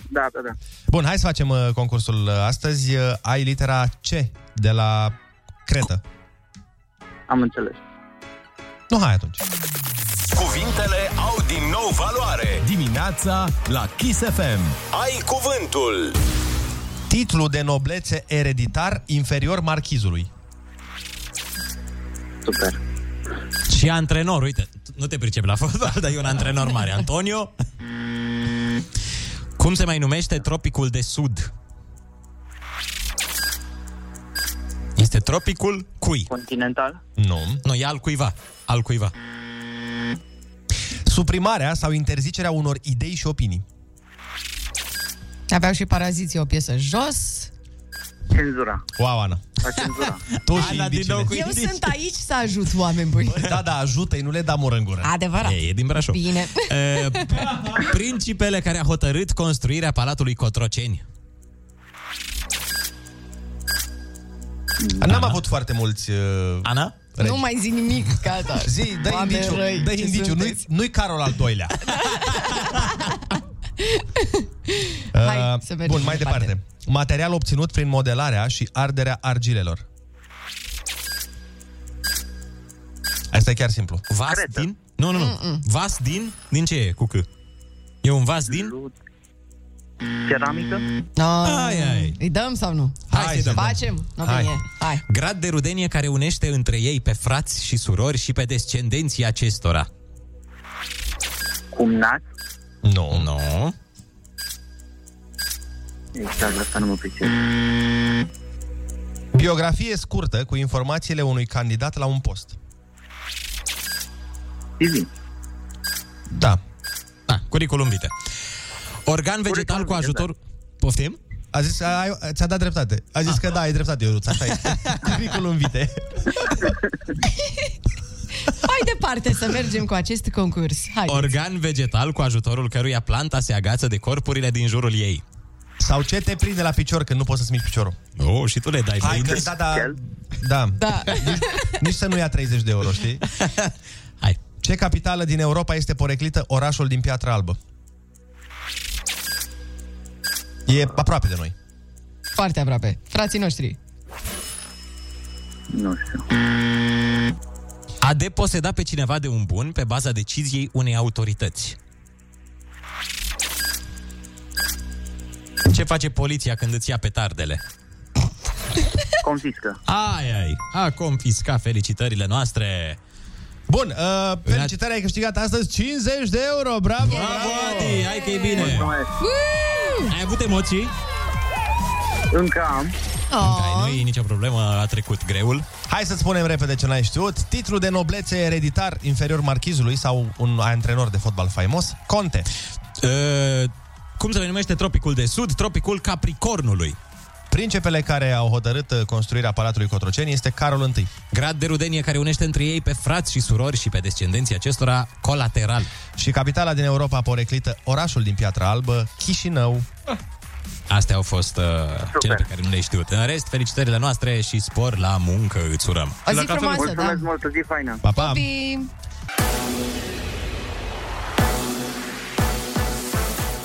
Q: Da, da, da.
I: Bun, hai să facem uh, concursul uh, astăzi. Uh, ai litera C de la Cretă.
Q: Am înțeles.
I: Nu, hai atunci.
H: Cuvintele au din nou valoare.
K: Dimineața la Kiss FM.
H: Ai cuvântul.
I: Titlu de noblețe ereditar inferior marchizului.
Q: Super.
J: Și antrenor, uite, tu nu te pricepi la fotbal, dar e un antrenor mare. Antonio. Cum se mai numește tropicul de sud? Este tropicul cui?
Q: Continental?
I: Nu.
J: Nu, e al cuiva. Al cuiva.
I: Suprimarea sau interzicerea unor idei și opinii.
A: Aveau și paraziții o piesă jos.
Q: Cenzura.
I: Wow, Ana. (laughs)
Q: Cenzura.
I: Tu și indicile.
A: Eu sunt aici să ajut oameni buni.
I: Da, da, ajută-i, nu le da mură în gură.
A: Adevărat.
J: E, e din Brașov.
A: Bine.
J: E, principele care a hotărât construirea Palatului Cotroceni.
I: N-am avut foarte mulți... Uh,
J: Ana?
A: Nu mai zic nimic, gata.
I: (laughs) Zi, dă
A: Oameni
I: indiciu,
A: răi,
I: dă
A: ce
I: indiciu, nu-i,
A: sunteți?
I: nu-i Carol al
A: (laughs)
I: doilea.
A: Hai,
I: Uh,
A: să mergem
I: Bun, mai departe. Material obținut prin modelarea și arderea argilelor. Asta e chiar simplu.
J: Vas din? Nu, nu, nu. Vas din? Din ce e? Cu C. E un vas din?
Q: Ceramică?
A: Ai,
J: Ai, ai.
A: Îi dăm sau nu?
J: Hai să-i dăm.
A: Facem? No,
J: Hai.
A: bine. (laughs) Hai.
J: Grad de rudenie care unește între ei pe frați și surori și pe descendenții acestora.
Q: Cumnat?
I: Nu.
J: Nu.
Q: Exact, la asta nu mă pricep.
I: Biografie scurtă cu informațiile unui candidat la un post.
Q: Easy.
I: Da.
J: Ah, curriculum vitae. Organ vegetal cu ajutor... Poftim? Ah.
I: A zis, ai, ți-a dat dreptate. A zis că da, ai dreptate, Ionuț, așa
J: (laughs)
I: e. Curriculum vitae.
A: Hai departe să mergem cu acest concurs. Hai.
J: Organ vegetal cu ajutorul căruia planta se agață de corpurile din jurul ei.
I: Sau ce te prinde la picior când nu poți să-ți mici piciorul?
J: Oh, și tu le dai
I: Hai că,
J: pe
I: da, da, da.
A: Da.
I: Nici, nici să nu ia 30 de euro, știi?
J: (laughs) Hai.
I: Ce capitală din Europa este poreclită orașul din Piatra Albă? E aproape de noi.
A: Foarte aproape. Frații noștri.
Q: Nu știu.
J: A deposeda pe cineva de un bun pe baza deciziei unei autorități. Ce face poliția când îți ia petardele?
Q: Confiscă.
J: Ai, ai, a confiscat felicitările noastre.
I: Bun, uh, felicitări, ai câștigat astăzi 50 de euro, bravo! Bravo,
J: Adi, hai că e bine! Ai avut emoții?
Q: Încă am.
J: Ai, Păi nu e nicio problemă, a trecut greul.
I: Hai să spunem repede ce n-ai știut. Titlul de noblețe ereditar inferior marchizului sau un antrenor de fotbal faimos, Conte.
J: Uh, cum se numește tropicul de sud? Tropicul Capricornului.
I: Principele care au hotărât uh, construirea Palatului Cotroceni este Carol I.
J: Grad de rudenie care unește între ei pe frați și surori și pe descendenții acestora colateral.
I: Și capitala din Europa poreclită, orașul din Piatra Albă, Chișinău.
J: Astea au fost uh, cele pe care nu le știut. În rest, felicitările noastre și spor la muncă îți urăm.
A: O zi frumoasă, da.
Q: Mulțumesc mult, o zi faină.
J: Pa, pa.
A: Pupii!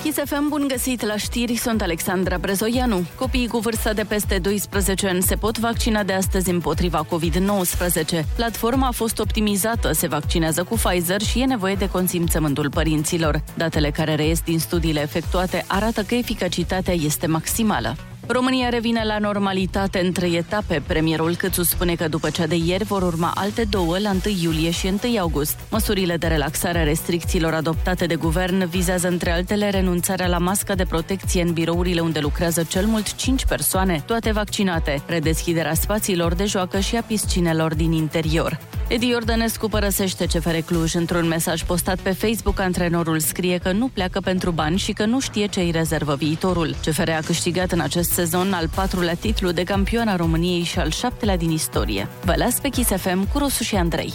M: Chisefem, bun găsit la știri, sunt Alexandra Brezoianu. Copiii cu vârsta de peste 12 ani se pot vaccina de astăzi împotriva COVID-19. Platforma a fost optimizată, se vaccinează cu Pfizer și e nevoie de consimțământul părinților. Datele care reies din studiile efectuate arată că eficacitatea este maximală. România revine la normalitate în trei etape. Premierul Cățu spune că după cea de ieri vor urma alte două la 1 iulie și 1 august. Măsurile de relaxare a restricțiilor adoptate de guvern vizează între altele renunțarea la masca de protecție în birourile unde lucrează cel mult 5 persoane, toate vaccinate, redeschiderea spațiilor de joacă și a piscinelor din interior. Edi Iordănescu părăsește CFR Cluj. Într-un mesaj postat pe Facebook, antrenorul scrie că nu pleacă pentru bani și că nu știe ce îi rezervă viitorul. CFR a câștigat în acest sezon al patrulea titlu de campion a României și al șaptelea din istorie. Vă las pe Kiss FM cu Rusu și Andrei.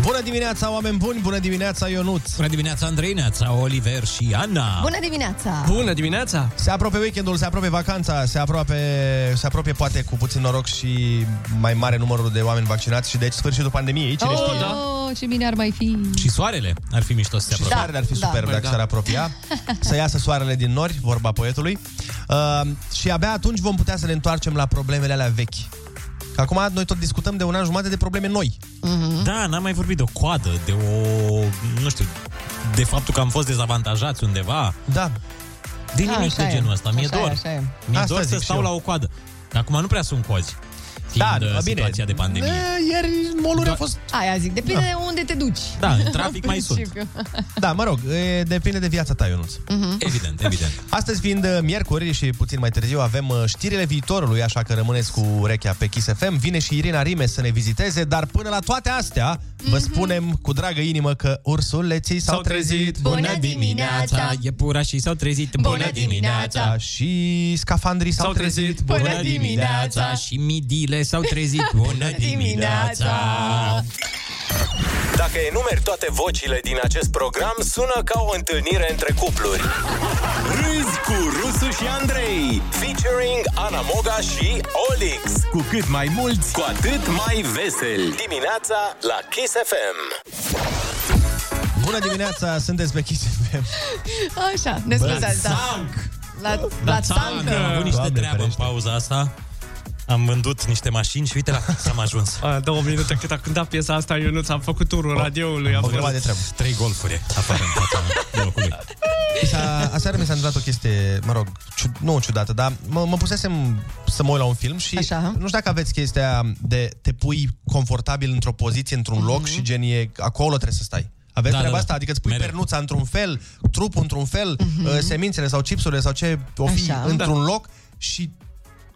I: Bună dimineața, oameni buni! Bună dimineața, Ionuț!
J: Bună dimineața, Andrei, neața, Oliver și Ana!
A: Bună dimineața!
I: Ah. Bună dimineața! Se apropie weekendul, se apropie vacanța, se apropie, se apropie poate cu puțin noroc și mai mare numărul de oameni vaccinați și deci sfârșitul pandemiei, cine știe?
A: oh, ce bine ar mai fi!
J: Și soarele ar fi mișto să
I: Și
J: se apropie.
I: soarele ar fi superb dacă s-ar
A: (laughs)
I: apropia. Să iasă soarele din nori, vorba poetului. Uh, și abia atunci vom putea să ne întoarcem la problemele alea vechi. Că acum noi tot discutăm de un an jumate de probleme noi.
J: Da, n-am mai vorbit de o coadă, de o... nu știu, de faptul că am fost dezavantajați undeva.
I: Da.
J: De
A: Da,
J: nimic
A: așa
J: de
A: e.
J: genul ăsta. Mi-e
A: Așa e,
J: dor.
A: așa e.
J: Mi-e
I: Asta
J: dor să
I: zic și
J: stau
I: eu.
J: la o coadă. Dar acum nu prea sunt cozi. Fiind da,
I: bine.
J: situația de pandemie.
I: E, ieri molul a fost...
A: Aia zic, depinde de unde te duci.
J: Da, în
A: (laughs)
J: trafic mai sunt.
I: Da, mă rog, e, depinde de viața ta, Ionuț.
J: Evident, evident.
I: (laughs) Astăzi fiind uh, miercuri și puțin mai târziu avem uh, știrile viitorului, așa că rămâneți cu urechea pe Kiss FM. Vine și Irina Rimes să ne viziteze, dar până la toate astea vă spunem cu dragă inimă că ursuleții s-au trezit.
A: Bună dimineața!
J: Iepurașii s-au trezit.
A: Bună dimineața!
I: Și scafandrii s-au trezit.
A: Bună dimineața!
J: Și midile s-au
A: (laughs)
J: trezit. Bună dimineața!
H: Dacă enumeri toate vocile din acest program, sună ca o întâlnire între cupluri. Râzi cu Rusu și Andrei, featuring Ana Moga și Olix.
K: Cu cât mai mulți,
H: Cu atât mai vesel. Dimineața la Kiss FM.
I: Bună dimineața, sunteți pe Kiss FM.
A: Așa, ne scuzați, da. La, la
J: țancă! Da, Am
A: țancă!
J: avut niște
I: Doamne
J: treabă în
I: ferește.
J: pauza asta. Am vândut niște mașini și uite la cât am ajuns.
L: A, două minute cât a cântat piesa asta, eu nu am făcut turul radioului. am
I: O
L: fost-
I: grămadă de treabă.
J: Trei golfuri afară în fața locului.
I: Mi (laughs) s-a- Aseară mi s-a întâmplat o chestie, mă rog, ciu, nu ciudată, dar mă, mă pusesem să mă uit la un film și
A: Așa.
I: nu știu dacă aveți chestia de te pui confortabil într-o poziție, într-un loc și gen e, acolo trebuie să stai. Aveți
J: Da,
I: da,
J: da,
I: treaba
J: da.
I: asta? Adică îți pui
J: Mereu.
I: pernuța într-un fel, trupul într-un fel, uh semințele sau chipsurile sau ce o fi
A: Așa.
I: într-un loc și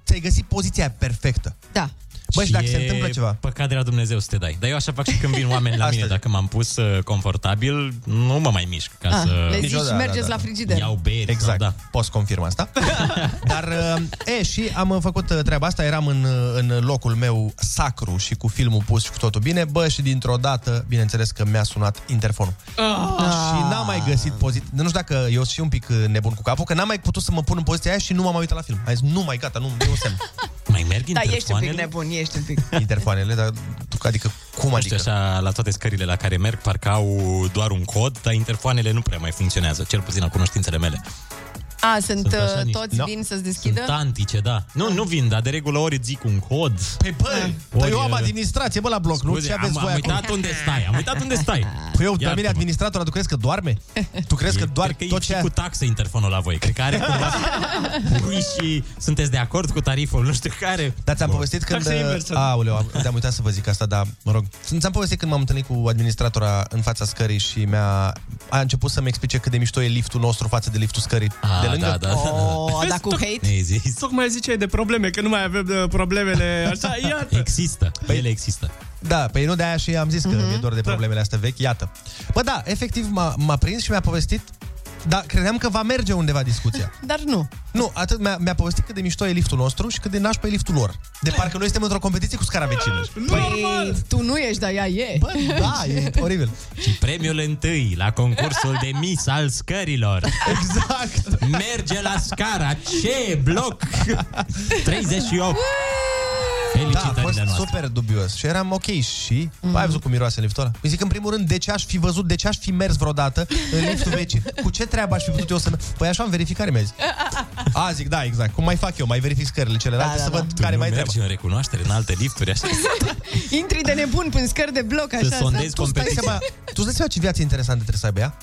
I: ți-ai găsit poziția perfectă.
A: Da.
I: Bă, și dacă se întâmplă ceva.
J: păcat de la Dumnezeu să te dai. Dar eu așa fac și când vin
I: (laughs)
J: oameni la mine. Dacă m-am pus uh, confortabil, nu mă mai mișc. Ca
A: Ah,
J: să...
A: le zici, Niciodată, mergeți da, da. la frigider.
J: Iau beri.
I: Exact, da. poți confirma asta. (laughs) Dar, uh, e, și am uh, făcut uh, treaba asta, eram în, uh, în locul meu sacru și cu filmul pus și cu totul bine, bă, și dintr-o dată, bineînțeles că mi-a sunat interfonul.
J: Ah.
A: Ah.
I: Și n-am mai găsit poziție. Nu știu dacă eu sunt și un pic uh, nebun cu capul, că n-am mai putut să mă pun în poziția aia și nu m-am mai uitat la film. Ai zis, nu mai gata, nu, nu semn.
J: (laughs) Mai merg
A: Da, ești un pic nebun, ești un pic.
I: Interfoanele, dar tu, adică cum
J: adică? așa, la toate scările la care merg, parcă au doar un cod, dar interfoanele nu prea mai funcționează, cel puțin la cunoștințele mele.
A: A, sunt,
J: Sunt așa
A: uh,
J: niște-
A: toți
J: Da.
A: vin să-ți deschidă?
J: Tantice, da. Nu, nu vin, dar de regulă ori îți zic un cod. Păi
I: bă, Păi eu am administrație, bă, la bloc, nu?
J: Scuze,
I: Ce aveți
J: am-
I: voi
J: am
I: acolo?
J: uitat unde stai, am uitat unde stai.
I: Păi eu,
J: Iartă-mă.
I: Damien, administratorul, tu crezi că doarme? Tu crezi că doar
J: Cred că
I: tot
J: e
I: ce
J: și cu taxe interfonul la voi. Cred
I: (laughs)
J: că are cumva pui și sunteți de acord cu tariful, nu știu care.
I: Dar ți-am povestit când... uh, Aoleu, am, am uitat să vă zic asta, dar mă rog. Ți-am povestit când m-am întâlnit cu administratora în fața scării și mi-a... A început să-mi explice cât de mișto e liftul nostru față de liftul scării
J: Ah,
I: de lângă. Oh,
J: da, da, da, da.
A: O, dar cu hate?
J: zis.
L: (laughs) Tocmai ziceai de probleme, că nu mai avem uh, problemele așa, iată.
J: Există, păi, ele există.
I: Da, păi nu de-aia și am zis
A: Mhm.
I: că mi-e
L: Da.
I: dor de problemele astea vechi, iată. Bă, da, efectiv m-a, m-a prins și mi-a povestit da, credeam că va merge undeva discuția.
A: (laughs) Dar nu.
I: Nu, atât mi-a, mi-a povestit cât de mișto e liftul nostru și cât de nașpa e liftul lor.
L: Da.
I: De parcă noi suntem într-o competiție cu scara vecină.
A: Păi, tu nu ești, dar ea e. Bă,
I: da, e oribil.
J: Și premiul întâi la concursul de Miss al scărilor.
I: (laughs) Exact.
J: Merge la scara. Ce (laughs) bloc? 38.
I: Da, a
J: Felicitările
I: fost
J: noastre.
I: super dubios și eram ok și mm-hmm. ai văzut cum miroase în liftul ăla? Îi zic în primul rând de ce aș fi văzut, de ce aș fi mers vreodată în liftul vecin. Cu ce treabă aș fi putut eu să... merg? Păi așa am verificare mi-a zis. A, zic, da, exact. Cum mai fac eu? Mai verific scările celelalte da, da, să văd
J: Tu
I: care
J: nu
I: mai e treaba.
J: mergi în recunoaștere în alte lifturi așa.
A: (laughs) Intri de nebun până scări de bloc, așa. să-
I: exact. tu stai seama, tu stai seama ce viață interesantă trebuie să aibia?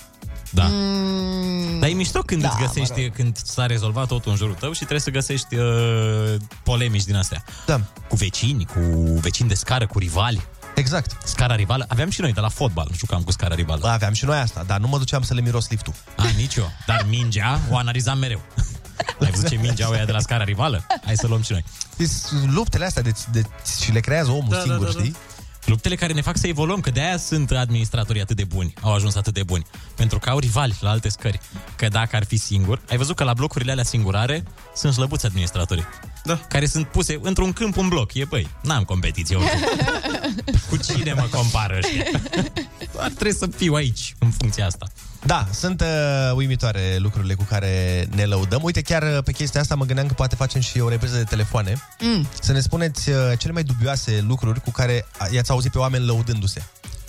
J: Da.
A: Mm,
J: Dar e mișto când
A: da,
J: îți găsești,
A: mă rog.
J: când s-a rezolvat totul în jurul tău și trebuie să găsești uh, polemici din astea.
I: Da.
J: Cu vecini, cu vecini de scară, cu rivali.
I: Exact.
J: Scara rivală. Aveam și noi de la fotbal, jucam cu scara rivală.
I: Bă, aveam și noi asta, dar nu mă duceam să le miros liftul.
J: A, nicio. Dar mingea o analizam
I: (laughs)
J: mereu. Ai văzut ce mingea aia de la scara rivală? Hai să luăm și noi.
I: Deci, luptele astea de, de, și le creează omul da, singur, da, da, da. știi?
J: Luptele care ne fac să evoluăm, că de-aia sunt administratorii atât de buni, au ajuns atât de buni. Pentru că au rivali la alte scări. Că dacă ar fi singur, ai văzut că la blocurile alea singurare sunt slăbuți administratorii. Da. Care sunt puse într-un câmp, un bloc. E băi, n-am competiție oricum. Cu cine mă compară ăștia? Doar trebuie să fiu aici, în funcția asta.
I: Da, sunt uh, uimitoare lucrurile cu care ne lăudăm. Uite, chiar uh, pe chestia asta mă gândeam că poate facem și o repriză de telefoane.
A: Mm.
I: Să ne spuneți uh, cele mai dubioase lucruri cu care a- i-ați auzit pe oameni lăudându-se.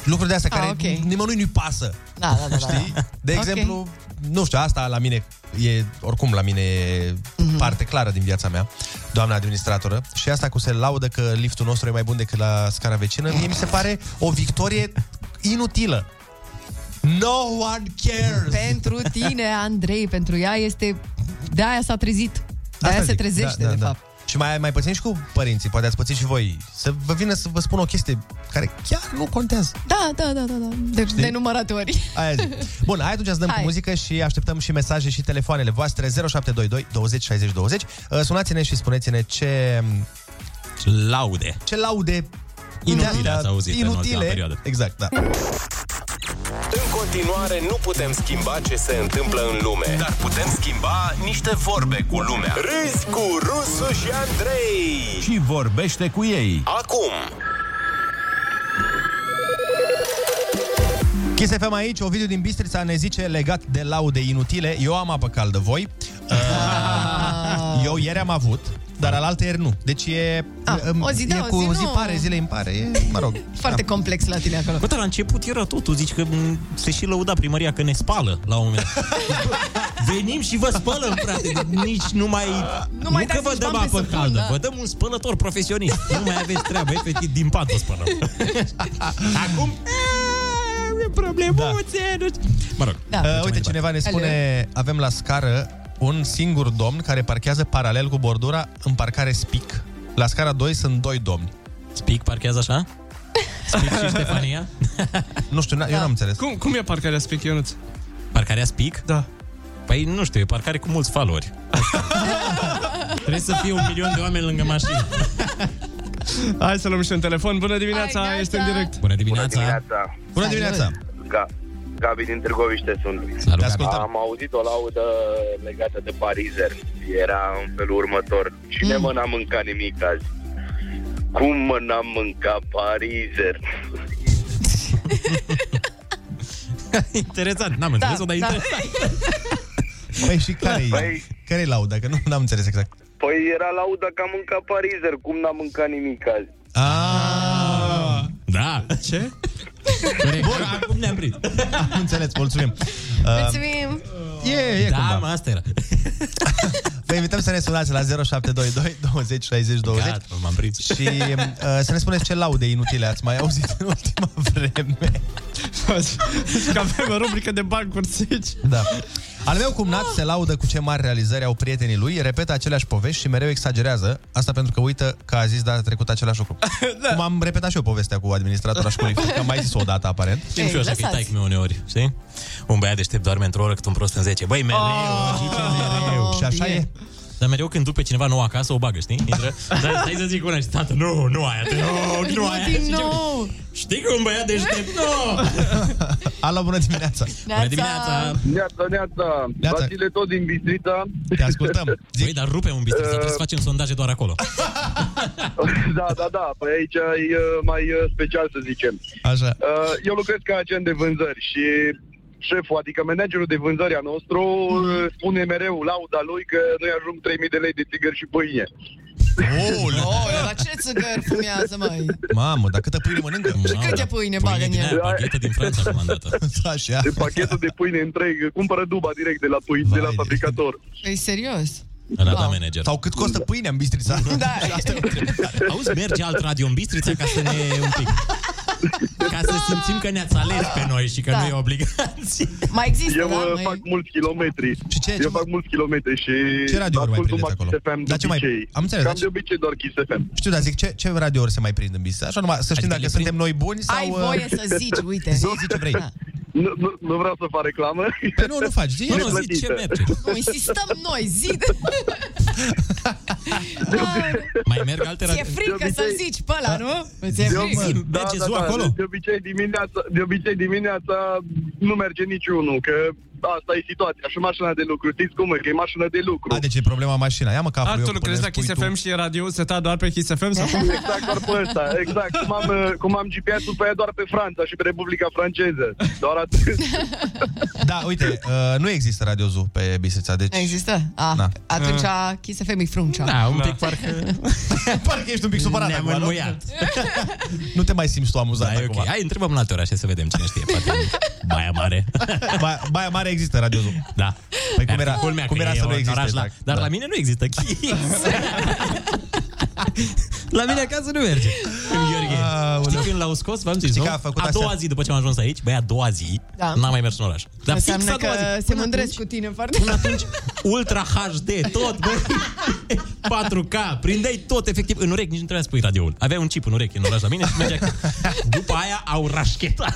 I: Lucruri de astea
A: Ah,
I: care
A: ok.
I: okay. nimănui nu-i pasă.
A: Da, da, da, da.
I: Știi? De
A: Ok.
I: exemplu, nu știu, asta la mine e, oricum la mine e
A: Mhm.
I: parte clară din viața mea, doamna administratoră, și asta cu se laudă că liftul nostru e mai bun decât la scara vecină, mie mi se pare o victorie inutilă. No one cares!
A: Pentru tine, Andrei, pentru ea este... De aia s-a trezit. De aia
I: Asta
A: se
I: zic. da,
A: trezește, de fapt.
I: Și mai, mai pățim și cu părinții, poate ați pățit și voi, să vă vină să vă spun o chestie care chiar nu contează.
A: Da, da, da, da, da. De, de numărate ori.
I: Aia
A: (laughs)
I: zic. Bun, hai atunci să dăm
A: Hai.
I: cu muzică și așteptăm și mesaje și telefoanele voastre 0722 20 60 20. Uh, Sunați-ne și spuneți-ne ce...
J: Laude.
I: Ce laude
J: Inutile
I: de-astea
J: ați auzit în ultima
I: Inutile.
J: perioadă.
I: Exact, da.
H: În continuare nu putem schimba ce se întâmplă în lume, dar putem schimba niște vorbe cu lumea. Râzi cu Rusu și Andrei.
K: Și vorbește cu ei.
H: Acum,
I: Kiss FM aici, Ovidiu din Bistrița ne zice legat de laude inutile, eu am apă caldă, voi?
A: (laughs)
I: Uh, eu ieri am avut, dar al altă ieri nu. Deci e, um,
A: o zi da,
I: e
A: o
I: cu
A: zi
I: zi
A: nu.
I: pare, Da. zile impare, e, mă rog.
A: Foarte complex la tine acolo.
J: Bă, dar la început era totul, zici că m, se și lăuda primăria că ne spală la un moment (laughs) dat. Venim și vă spălăm, frate, Deci nici nu mai... Nu,
A: mai
J: nu
A: dați
J: că vă
A: nici
J: dăm
A: bani pe
J: apă
A: săpun,
J: caldă,
A: da.
J: vă dăm un spălător profesionist. Nu mai aveți treabă, efectiv, din pat vă spălăm. Acum... E problemuțe, da. Mă rog.
I: Da. Uh, uite, cineva ne spune, avem la scară un singur domn care parchează paralel cu bordura în parcare spic. La scara 2 sunt doi domni.
J: Spic parchează așa? Spic și Ștefania?
I: nu știu,
J: Da.
I: n- eu n-am înțeles.
J: Cum, cum e parcarea Spic, Ionuț? Parcarea Spic? Da. Păi nu știu, e parcare cu mulți
L: (laughs)
J: followeri. Trebuie să fie un milion de oameni lângă mașină.
L: Hai să luăm și un telefon. Bună dimineața, Hai, este în direct.
J: Bună dimineața.
L: Bună
R: dimineața.
I: Bună dimineața.
R: Da. Ga- Gabi din Târgoviște sunt.
J: Salut,
R: Am auzit o laudă legată de parizer. Era în felul următor. Cine
J: Mm.
R: mă n-a mâncat nimic azi? Cum mă n-am mâncat parizer?
J: (laughs) interesant, n-am înțeles-o, dar interesant. (laughs)
I: Păi și care-i, care-i lauda? Că nu am înțeles exact.
R: Păi era lauda că am mâncat parizer. Cum n-am mâncat nimic azi?
I: Ah,
J: da. Ce? Bun, acum ne-am prins.
I: Am înțeles, mulțumim. Uh,
A: Mulțumim!
I: e, e
J: da,
I: cumva.
J: mă, asta era.
I: (laughs) Vă invităm să ne sunați la 0722 20 60 20
J: Gata, m-am prins.
I: și uh, să ne spuneți ce laude inutile ați mai auzit în ultima vreme.
L: Că avem o rubrică de bani cursici.
I: Da. Al meu cumnat se laudă cu ce mari realizări au prietenii lui, repetă aceleași povești și mereu exagerează, asta pentru că uită că a zis data trecută același lucru. da. Cum am repetat și eu povestea cu administratora școlii, că am mai zis o dată aparent.
J: Știm și eu așa că e taic meu uneori, știi? Un băiat deștept doarme într-o oră cât un prost în 10. Băi, mereu, oh, mereu.
I: Și așa e.
J: Dar mereu când duc pe cineva nou acasă, o bagă, știi? Intră, dar stai să zic una și tată, nu, nu aia, te rog, nu,
M: Nu
J: aia.
M: din
J: Și ce-
M: nou!
J: Știi că un băiat deștept,
P: (laughs)
J: nu!
I: Ala, bună dimineața!
J: Bună dimineața!
P: Neața, neața.
I: Neața.
P: Vasile tot din Bistrița.
I: Te
J: (laughs)
I: ascultăm!
J: Băi, dar rupe un bistrița, trebuie să facem sondaje doar acolo.
P: (laughs) da, da, da. Păi aici e uh, mai uh, special, să zicem.
I: Așa.
P: Uh, Eu lucrez ca agent de vânzări și șeful, adică managerul de vânzări a nostru, uh, spune mereu lauda lui că noi ajung 3000 de lei de țigări și pâine.
A: Oh, la ce țigări fumează, măi?
I: Mamă, dar câtă pâine mănâncă?
A: Și câte pâine bagă în
J: din aia,
A: el?
J: baghetă din Franța
P: (laughs)
J: comandată.
I: Așa.
P: De Da, pachetul de pâine întreg, cumpără duba direct de la, pâine, de la fabricator.
A: E Păi,
I: (laughs)
A: serios?
J: Rada
A: Wow.
J: manager.
I: Sau cât costă pâinea în Bistrița?
A: Da.
J: Auzi, merge alt radio în Bistrița ca să ne un pic. Ca să simțim că ne-ați ales pe noi și că
A: Da.
J: nu e obligație.
A: Mai există,
P: Eu
A: da,
P: uh,
A: mai...
P: fac mulți kilometri.
I: Și ce,
P: Eu fac mulți kilometri și
I: Ce radiouri mai
P: ascult
I: prindeți
P: numai
I: acolo?
P: Kiss FM de
I: Dar ce mai-
P: obicei.
I: Am înțeles, da?
P: Cam
I: dar-
P: de obicei doar Kiss FM.
I: Știu, dar zic, ce, ce radiouri se mai prind în Bistrița? Așa numai, să știm
J: Adică
I: dacă
J: le prind-
I: suntem noi buni sau...
A: Ai
I: uh,
A: voie să zici, uite.
I: (laughs) Zi, zi ce vrei.
A: Da.
P: Nu, nu, nu vreau să fac reclamă.
I: Păi nu, nu faci, zi.
J: Nu, nu, zi ce merge.
A: Nu, insistăm noi, zi. Da,
J: Mai merg alte
A: Ți-e
J: radio.
A: frică să zici pe
I: Da.
A: ăla, nu? Ți-e
P: Eu,
A: frică.
J: Zi, merge da, ziua acolo?
P: De obicei, dimineața, de obicei dimineața nu merge niciunul, că asta e situația. Și mașina de lucru, știți cum e, că e mașină de
A: (laughs)
P: lucru.
I: A, deci e problema mașina. Ia mă capul eu,
L: Artur,
I: până
L: crezi la
I: îmi spui
L: Kiss
I: tu.
L: FM și e radio setat doar pe Kiss FM? Sau cum?
P: (laughs) Exact, doar pe ăsta, exact. Cum am, uh, cum am GPS-ul pe ea doar pe Franța și pe Republica Franceză. Doar atât.
I: Da, uite, uh, nu există Radio Zoo pe Bistrița, deci...
A: Există? A,
I: Da.
A: atunci
J: Uh.
A: a Kiss FM e fruncea.
J: Da, un pic parcă
I: (laughs) Parcă ești un pic supărat
J: ne-am
I: acum, nu?
J: înmuiat.
I: Nu te mai simți tu amuzat
J: Da, e
I: acum.
J: ok. Hai, întrebăm la altă ora și să vedem cine știe. Poate
I: (laughs)
J: în Baia Mare.
I: Ba, Baia Mare există Radio Zoo.
J: Da.
I: Păi cum
J: Ar fi
I: era,
J: culmea
I: cum
J: că
I: era
J: e
I: să
J: un
I: nu existe?
J: oraș La,
I: exact?
J: dar
I: Da.
J: la mine nu există
I: (laughs)
J: Kiss. la mine acasă nu merge. În Gheorghe. Știi când l-au scos, v-am zis,
I: Știi
J: nu?
I: că a făcut
J: a doua
I: astea-
J: zi după ce am ajuns aici, băi, a doua zi,
A: Da.
J: n-am mai mers în oraș. Dar fix
A: Înseamnă
J: a
A: că
J: doua zi.
A: se mândresc cu tine foarte
J: Până atunci, Deci, Ultra HD, tot, (laughs) băi. 4K, prindeai tot, efectiv, în urechi, nici nu trebuia să pui radioul. Aveai un chip în urechi în oraș la mine și
A: (laughs)
J: mergea. După aia au rașcheta.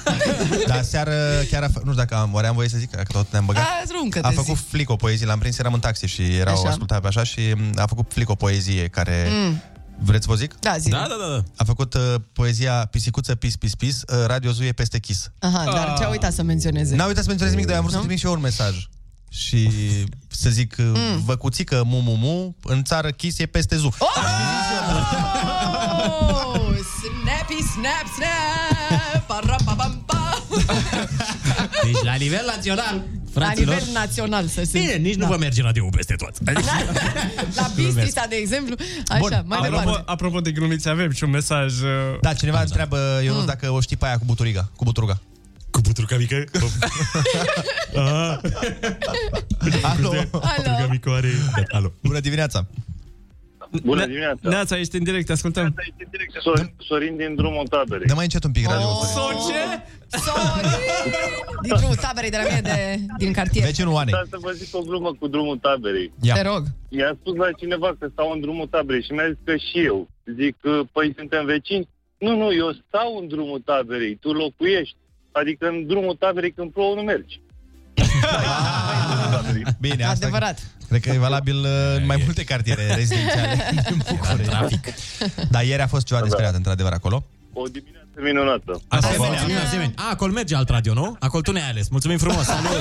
I: Dar seară chiar a fă... Nu știu dacă am, oare am voie să zic, că tot ne-am băgat.
A: A, runcă
I: A făcut flic o poezie, l-am prins, eram în taxi și era o
A: Așa.
I: ascultat pe așa și m, a făcut flic o poezie care...
A: Mm.
I: Vreți să vă zic?
A: Da, zi.
J: Da, da, da, da.
I: A făcut uh, poezia Pisicuță, pis, pis, pis, uh, Radio Zuie peste chis.
A: Aha, dar ce-a uitat să menționeze?
I: N-am uitat să menționez nimic, dar am vrut să
A: Nu?
I: trimit și eu un mesaj. Și să zic, mm. vă cuțică mu, mu, mu, în țară chis e peste zu. Oh!
A: Oh, snappy, snap, snap! Parapapampa!
J: Deci la nivel național,
A: La
J: fraților,
A: nivel național, să se
J: Bine, nici da. nu vă merge radioul peste tot. Adică,
A: (laughs) La Bistrița, de exemplu. Așa,
I: Bun,
A: mai
L: Apropo,
A: departe.
L: apropo de glumițe, avem și un mesaj... uh,
I: Da, cineva întreabă, eu mm. dacă o știi pe aia cu buturiga, cu buturga.
J: cu putruca
L: adică?
I: (laughs)
J: mică?
L: Ah.
I: Alo,
J: Putruca micoare. Alo.
I: bună dimineața.
P: Bună dimineața.
L: Neața, ești în direct, te ascultăm.
P: Sorin, Sorin din drumul taberei.
I: Dă mai încet un pic radio. Oh.
L: Sau ce?
A: Sorin! Din drumul taberei de la mine de, din cartier.
I: Vecinul Oanei.
P: Să vă zic o glumă cu drumul taberei.
I: Ia.
A: Te rog.
P: Mi-a spus la cineva că stau în drumul taberei și mi-a zis că și eu. Zic, păi suntem vecini? Nu, nu, eu stau în drumul taberei, tu
S: (laughs)
P: locuiești. Adică în drumul taberei când plouă nu mergi.
I: Bine, asta Adevărat. cred că e valabil uh, în mai multe
J: (laughs)
I: cartiere rezidențiale din București. Trafic. Dar ieri a fost ceva de speriat, într-adevăr, acolo.
R: Da. O dimineață minunată.
J: Asemenea, asemenea, asemenea. A, acolo merge alt radio, nu? Acolo tu ne-ai ales. Mulțumim frumos.
A: Da,
J: Salut.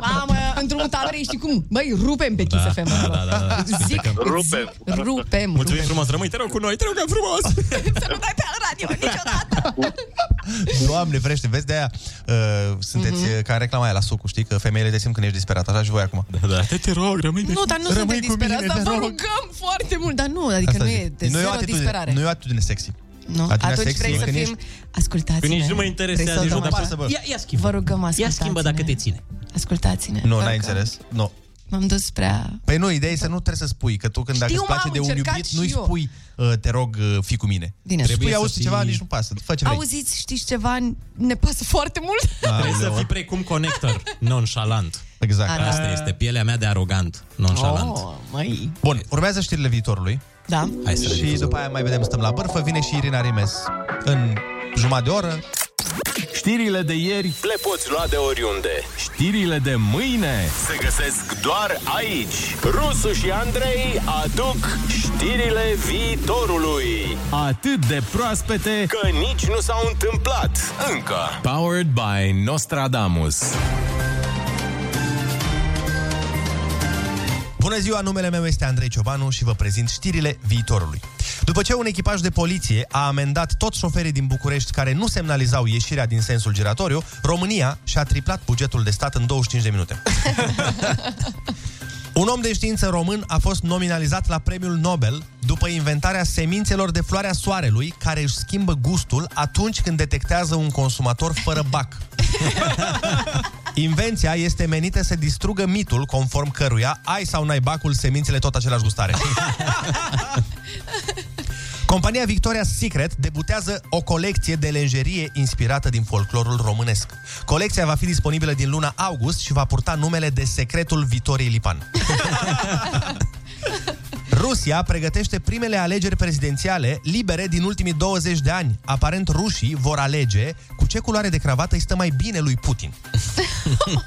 A: Mamă, uh, într-un taber ești cum? Băi, rupem pe Kiss da, FM. Da, da, da, da. Zic,
J: Rupem.
A: rupem.
J: Da. Mulțumim
A: rupem.
J: frumos. Rămâi, te rog, cu noi. Te rog, frumos.
I: Doamne, vrește, vezi de aia uh, sunteți
J: Mhm.
I: mm-hmm. ca în reclama aia la sucul, știi? Că femeile te simt când ești disperat, așa și voi acum. Da, da.
J: Te, te rog, rămâi.
A: Nu, dar nu suntem
J: rămâi cu
A: disperați,
J: mine,
A: dar
J: te
A: vă
J: rog.
A: rugăm foarte mult. Dar nu, adică
I: Asta
A: nu
I: zic.
A: e de
I: nu e o
A: zero
I: atitudine,
A: disperare.
I: nu e o atitudine sexy.
A: Nu,
I: Atitudine
A: atunci vrei
I: e
A: să
I: când
A: fim...
I: ești-
A: Ascultați-ne.
I: Când nici nu mă interesează,
A: Vrei să
I: nici nu
A: dăm-
I: mai pasă, bă. Ia- ia
A: Vă rugăm, ascultați-ne.
I: schimbă dacă te ține.
A: Ascultați-ne.
I: Nu,
A: Vă
I: n-ai
A: rugăm.
I: înțeles. Nu.
A: M-am dus prea...
I: Păi nu, ideea e să nu trebuie să spui, că tu când dacă
A: Știu,
I: îți place
A: m-am
I: de un
A: încercat
I: iubit,
A: și
I: nu-i
A: eu.
I: spui, uh, te rog, uh, fii cu mine.
A: Bine. Trebuie
I: Spui,
A: să
I: auzi
A: fii-
I: ceva, nici nu pasă, fă ce vrei. Da,
A: Auziți, știți ceva? Ne pasă foarte mult.
J: Trebuie să fii precum conector, nonșalant.
I: Exact.
J: Asta este pielea mea de arogant, nonșalant.
A: Oh, măi.
I: Bun, urmează știrile viitorului.
A: Da.
J: Hai să
I: Și după aia mai vedem, stăm la bârfă, vine și Irina Rimes în jumătate de oră.
K: Știrile de ieri
H: Le poți lua de oriunde.
K: Știrile de mâine
H: Se găsesc doar aici. Rusu și Andrei aduc știrile viitorului.
K: Atât de proaspete
H: Că nici nu s-au întâmplat încă.
K: Powered by Nostradamus
I: Bună ziua, numele meu este Andrei Ciobanu și vă prezint știrile viitorului. După ce un echipaj de poliție a amendat toți șoferii din București care nu semnalizau ieșirea din sensul giratoriu, România și-a triplat bugetul de stat în 25 de minute. Un om de știință român a fost nominalizat la premiul Nobel după inventarea semințelor de floarea soarelui care își schimbă gustul atunci când detectează un consumator fără bac. Invenția este menită să distrugă mitul conform căruia ai sau n-ai bacul, semințele tot același gustare. Compania Victoria's Secret debutează o colecție de lenjerie inspirată din folclorul românesc. Colecția va fi disponibilă din luna august și va purta numele de Secretul Vitoriei Lipan. Rusia pregătește primele alegeri prezidențiale libere din ultimii 20 de ani. Aparent rușii vor alege cu ce culoare de cravată îi stă mai bine lui Putin.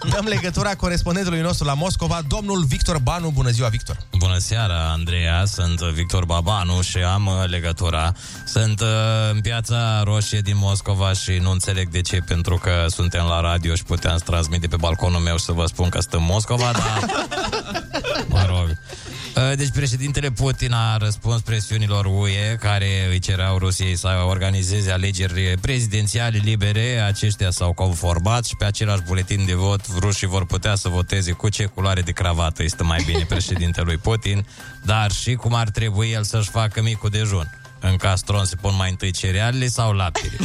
I: Dăm legătura corespondentului nostru la Moscova, domnul Victor Banu. Bună ziua, Victor!
J: Bună seara, Andreea, sunt Victor Babanu și am uh, legătura. Sunt uh, în piața roșie din Moscova și nu înțeleg de ce, pentru că suntem la radio și puteam să transmite pe balconul meu și să vă spun că sunt în Moscova, dar... mă rog. Uh, Deci președintele Putin a răspuns presiunilor UE care îi cereau Rusiei să organizeze alegeri prezidențiale libere. Aceștia s-au conformat și pe același buletin de vot rușii vor putea să voteze cu ce culoare de cravată este mai bine președintelui Putin, dar și cum ar trebui el să-și facă micul dejun. În castron se pun mai întâi cerealele sau laptele.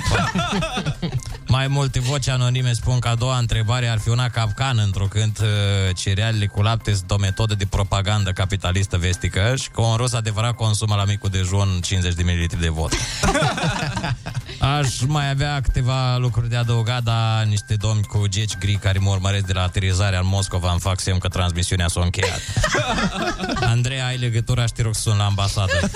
J: Mai multe voci anonime spun că a doua întrebare ar fi una capcană, întrucât uh, cerealele cu lapte sunt o metodă de propagandă capitalistă vestică și că un rus adevărat consumă la micul dejun 50 de ml de vodka. Aș mai avea câteva lucruri de adăugat, dar niște domni cu geci gri care mă urmăresc de la aterizarea în Moscova îmi fac semn că transmisiunea s-a încheiat. Andreea, ai legătura și te rog să sun la ambasadă.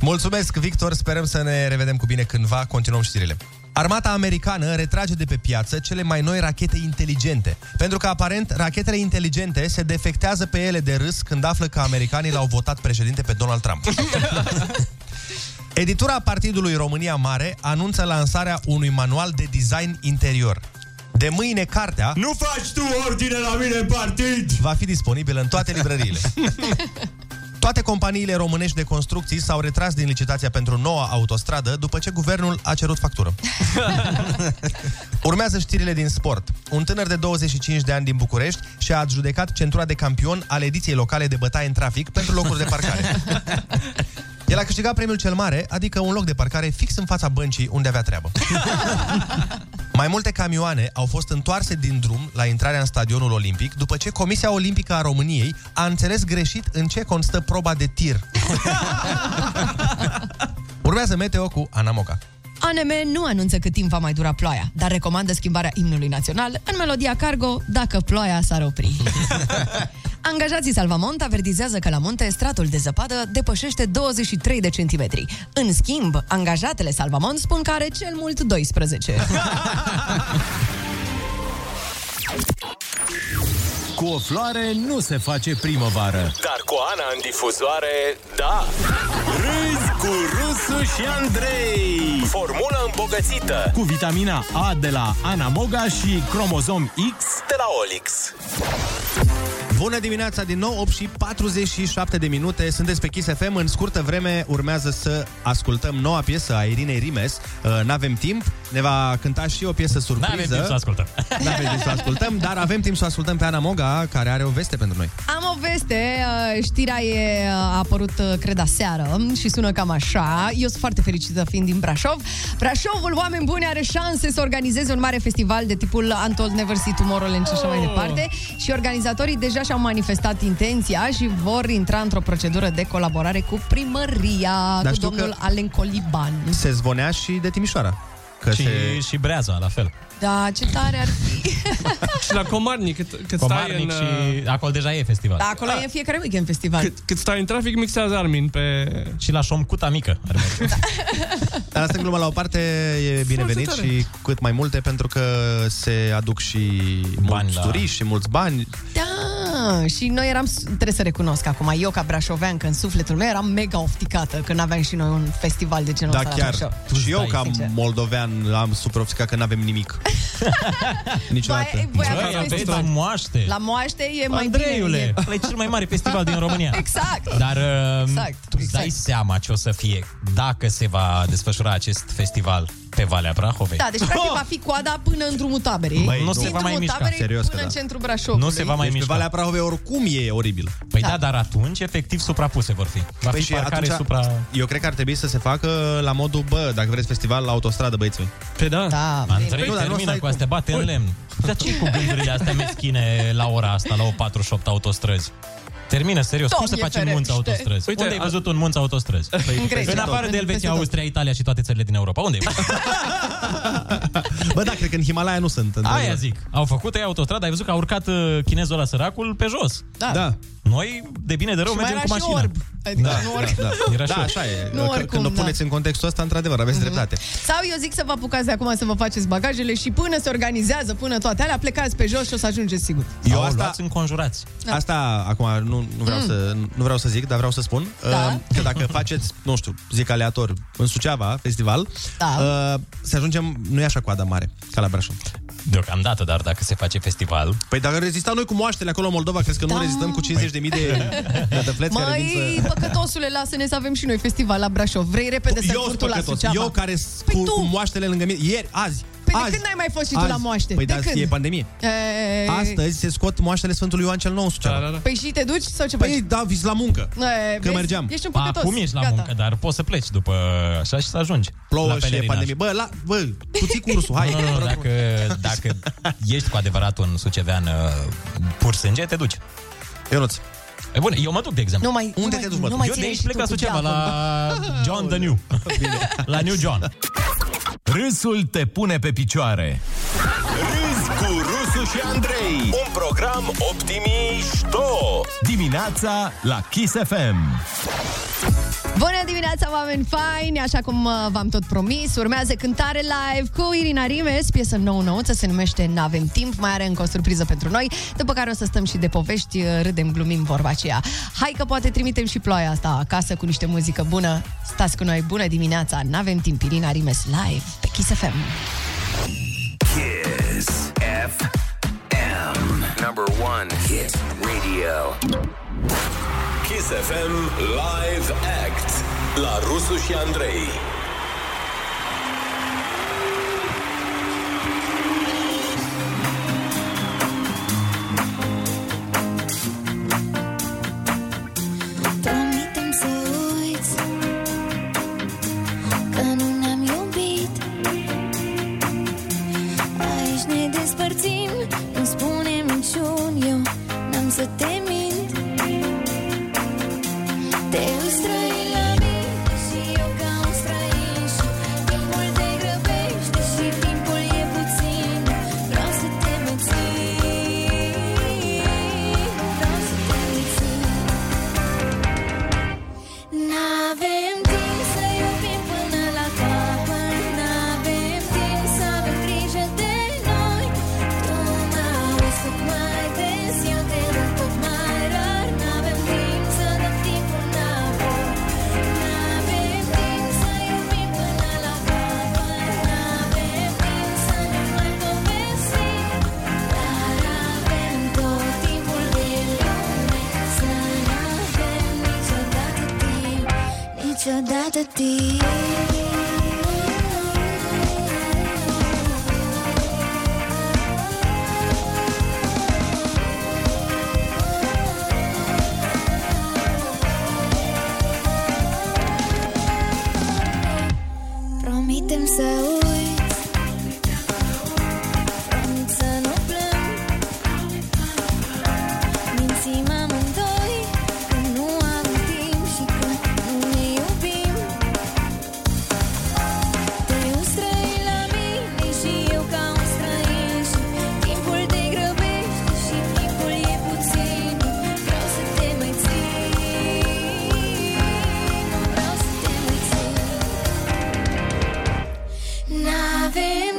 I: Mulțumesc, Victor! Sperăm să ne revedem cu bine cândva. Continuăm știrile. Armata americană retrage de pe piață cele mai noi rachete inteligente, pentru că aparent rachetele inteligente se defectează pe ele de râs când află că americanii l-au votat președinte pe Donald (laughs) Trump. Editura Partidului România Mare anunță lansarea unui manual de design interior. De mâine cartea Nu faci tu ordine la mine în partid! Va fi disponibilă în toate librăriile. Toate companiile românești de construcții s-au retras din licitația pentru noua autostradă după ce guvernul a cerut factură. Urmează știrile din sport. Un tânăr de 25 de ani din București și-a adjudecat centura de campion al ediției locale de bătaie în trafic pentru locuri de parcare. El a câștigat premiul cel mare, adică un loc de parcare fix în fața băncii unde avea treabă. Mai multe camioane au fost întoarse din drum la intrarea în stadionul olimpic după ce Comisia Olimpică a României a înțeles greșit în ce constă proba de tir. Urmează meteo cu Ana Moca.
A: ANM nu anunță cât timp va mai dura ploaia, dar recomandă schimbarea imnului național în melodia cargo dacă ploaia s-ar opri. Angajații Salvamont avertizează că la munte stratul de zăpadă depășește 23 de centimetri. În schimb, angajatele Salvamont spun că are cel mult 12.
K: Cu o floare nu se face primăvară.
H: Dar cu Ana în difuzoare, da Râzi cu Rusu și Andrei Formula îmbogățită
K: Cu vitamina A de la Anamoga și cromozom X
H: de la Olix
I: Bună dimineața din nou, 8 și 47 de minute, sunteți pe Kiss FM. În scurtă vreme urmează să ascultăm noua piesă a Irinei Rimes. Uh, N-avem timp, ne va cânta și o piesă surpriză.
J: N-avem timp să ascultăm.
I: (laughs) N-avem timp să ascultăm, dar avem timp să ascultăm pe Ana Moga, care are o veste pentru noi.
A: Am o veste, uh, știrea e, uh, a apărut, uh, cred, aseară și sună cam așa. Eu sunt foarte fericită fiind din Brașov. Brașovul, oameni buni, are șanse să organizeze un mare festival de tipul Untold Never See Tomorrowland și așa
I: Oh!
A: mai departe. Și organizatorii deja și-au manifestat intenția și vor intra într-o procedură de colaborare cu primăria,
I: Dar
A: cu
I: știu
A: domnul
I: că-
A: Alen Coliban.
I: Se zvonea și de Timișoara. Că
J: și, se... și Breaza, la
I: (laughs)
J: fel.
A: Da, ce tare ar fi!
L: Și la Comarnic, cât, cât
J: Comarnic
L: stai în... uh,
J: și- Acolo deja e festival.
A: Da, acolo e fiecare weekend festival.
L: Cât, cât stai în trafic, mixează Armin pe...
J: Și la Șomcuta mică.
I: Dar asta în glumă la o parte e binevenit
A: tare.
I: și cât mai multe pentru că se aduc și mulți
J: la-
I: turiști și mulți bani.
A: Da, și noi eram, trebuie să recunosc acum, eu ca brașovean, că în sufletul meu eram mega ofticată când aveam și noi un festival de genul
I: Da,
A: ăsta la
I: chiar.
A: Brașov.
I: Și eu ca
A: Sincer.
I: moldovean am super obsecat că n-avem nimic.
A: (laughs)
I: Niciodată.
A: voi aveți Băi, aveți festival. un
J: moaște.
A: La moaște e mai
J: Andreiule,
A: bine.
J: ăla e cel mai mare festival din România.
A: Exact.
J: Dar uh,
A: Exact,
J: tu îți dai seama ce o să fie dacă se va desfășura acest festival pe Valea Prahovei.
A: Da, deci
I: Oh!
A: practic va fi coada până în drumul taberei.
J: Oh! Băi,
A: Și
J: nu se
A: în
J: va mai
A: drumul
J: mișca,
A: taberei
J: serios că
A: până
J: da.
A: în centrul Brașovului.
J: Nu se va mai
I: Deci pe
J: mișca.
I: Valea Prahovei oricum e oribil.
J: Păi da. da, dar atunci efectiv suprapuse vor fi. Va
I: Păi
J: fi
I: și
J: parcare
I: atunci,
J: supra...
I: Eu cred că ar trebui să se facă la modul, bă, dacă vreți festival, la autostradă, băieți mei.
L: Pe da.
A: da
J: Andrei, Păi, nu, termină cu astea, bate în lemn. Dar ce cu gândurile astea meschine la ora asta, la o 48 autostrăzi? Termină, serios, cum se
L: Doamne
J: face un munți
L: ferește.
J: autostrăzi?
L: Uite,
J: Uite, Unde ai
L: a-
J: văzut un munți autostrăzi?
L: În
J: în
L: Grecia.
J: afară de
L: Peste
J: Elveția,
L: tot.
J: Austria, Italia și toate țările din Europa. Unde e?
I: Bă, da, cred că în Himalaya nu sunt. într-adevăr.
J: Aia zic. Au făcut ei autostradă, ai văzut că a urcat uh, chinezul ăla săracul pe jos.
A: Da.
I: da.
J: Noi, de bine de rău,
A: Și mai
J: mergem
A: era și
J: cu mașina.
A: orb. Adică nu oricum.
I: da, da.
J: Era
I: da,
J: și orb.
I: așa e.
A: Nu
I: Că-
A: oricum,
I: Când o
A: da. Mhm.
I: puneți în contextul ăsta, într-adevăr, aveți dreptate.
A: Sau eu zic să vă apucați de acum să vă faceți bagajele și până se organizează, până toate alea, plecați pe jos și o să ajungeți sigur.
I: Eu asta,
J: înconjurați.
A: Da.
I: Asta acum nu, nu, vreau
A: Mm.
I: să, nu vreau să zic, dar vreau să spun
A: Da.
I: uh, că dacă faceți, nu știu, zic aleator, în Suceava, festival,
A: Da.
I: uh, să ajungem, nu e așa coada mare, ca la Brașov.
J: Deocamdată, dar dacă se face festival...
I: Păi dacă rezistăm noi cu moaștele acolo în Moldova, crezi că nu rezistăm cu 50.000 de de tăfleți care vin
A: Da. Păi, Măi,
I: să...
A: păcătosule, lasă-ne să avem și noi festival la Brașov. Vrei repede să
I: Eu sunt
A: furtul la
I: păcătos.
A: Suceava?
I: Eu care păi cu, cu moaștele lângă mine, ieri, azi,
A: Păi
I: azi,
A: de când n-ai mai fost și tu la moaște?
I: Păi
A: de
I: da,
A: când?
I: e pandemie.
A: E...
I: Astăzi se scot moaștele Sfântului Ioan cel Nou în Suceava. Da, da, da.
A: Păi și te duci sau ce
I: Păi
A: faci?
I: da, vis la muncă.
A: E,
I: că mergeam.
A: Ești un păcătos.
J: Acum ești la
A: Gata.
J: muncă, dar poți să pleci după așa și să ajungi.
I: Plouă
J: la
I: și e
J: pelerinaj.
I: pandemie. Bă, la, bă, puții cursul, hai.
J: Nu, nu, nu, dacă, dacă ești cu adevărat un sucevean uh, pur sânge, te duci.
I: Eu nu
J: E bun, eu mă duc, de exemplu.
A: Nu mai- Unde nu te mai- duci, mă? nu mai
J: Eu de
A: ține
J: aici
A: și
J: plec
A: tu
J: la
A: cu
J: Suceava, la
A: geapă.
J: John the New. La New John.
K: Râsul te pune pe picioare.
H: Râzi cu Rusu și Andrei Un program optimișto
K: Dimineața la Kiss FM.
A: Bună dimineața, oameni faini! Așa cum uh, v-am tot promis, urmează cântare live cu Irina Rimes, piesă nouă nouță, se numește N-avem timp, mai are încă o surpriză pentru noi, după care o să stăm și de povești, uh, râdem, glumim vorba aceea. Hai că poate trimitem și ploaia asta acasă cu niște muzică bună. Stați cu noi, bună dimineața! N-avem timp, Irina Rimes live pe Kiss FM.
T: Kiss FM. Number one hit radio.
H: Kiss FM Live Act La Rusu și Andrei
U: Promitem să uiți Că nu ne-am iubit Aici ne despărțim Nu spunem niciun Eu n-am să te mint Te străin la mine Și eu ca un străin Și timpul te grăbește Și timpul e puțin Vreau să te mețin Vreau să te mețin N-avem timp să iubim până la capăt N-avem timp să avem grijă de noi Tu mă auzi cât mai des Eu te de tine Promitem să uiți Promit să nu plâng Mințim amândoi Că nu am timp și că nu ne iubim Mm-hmm. Mm-hmm.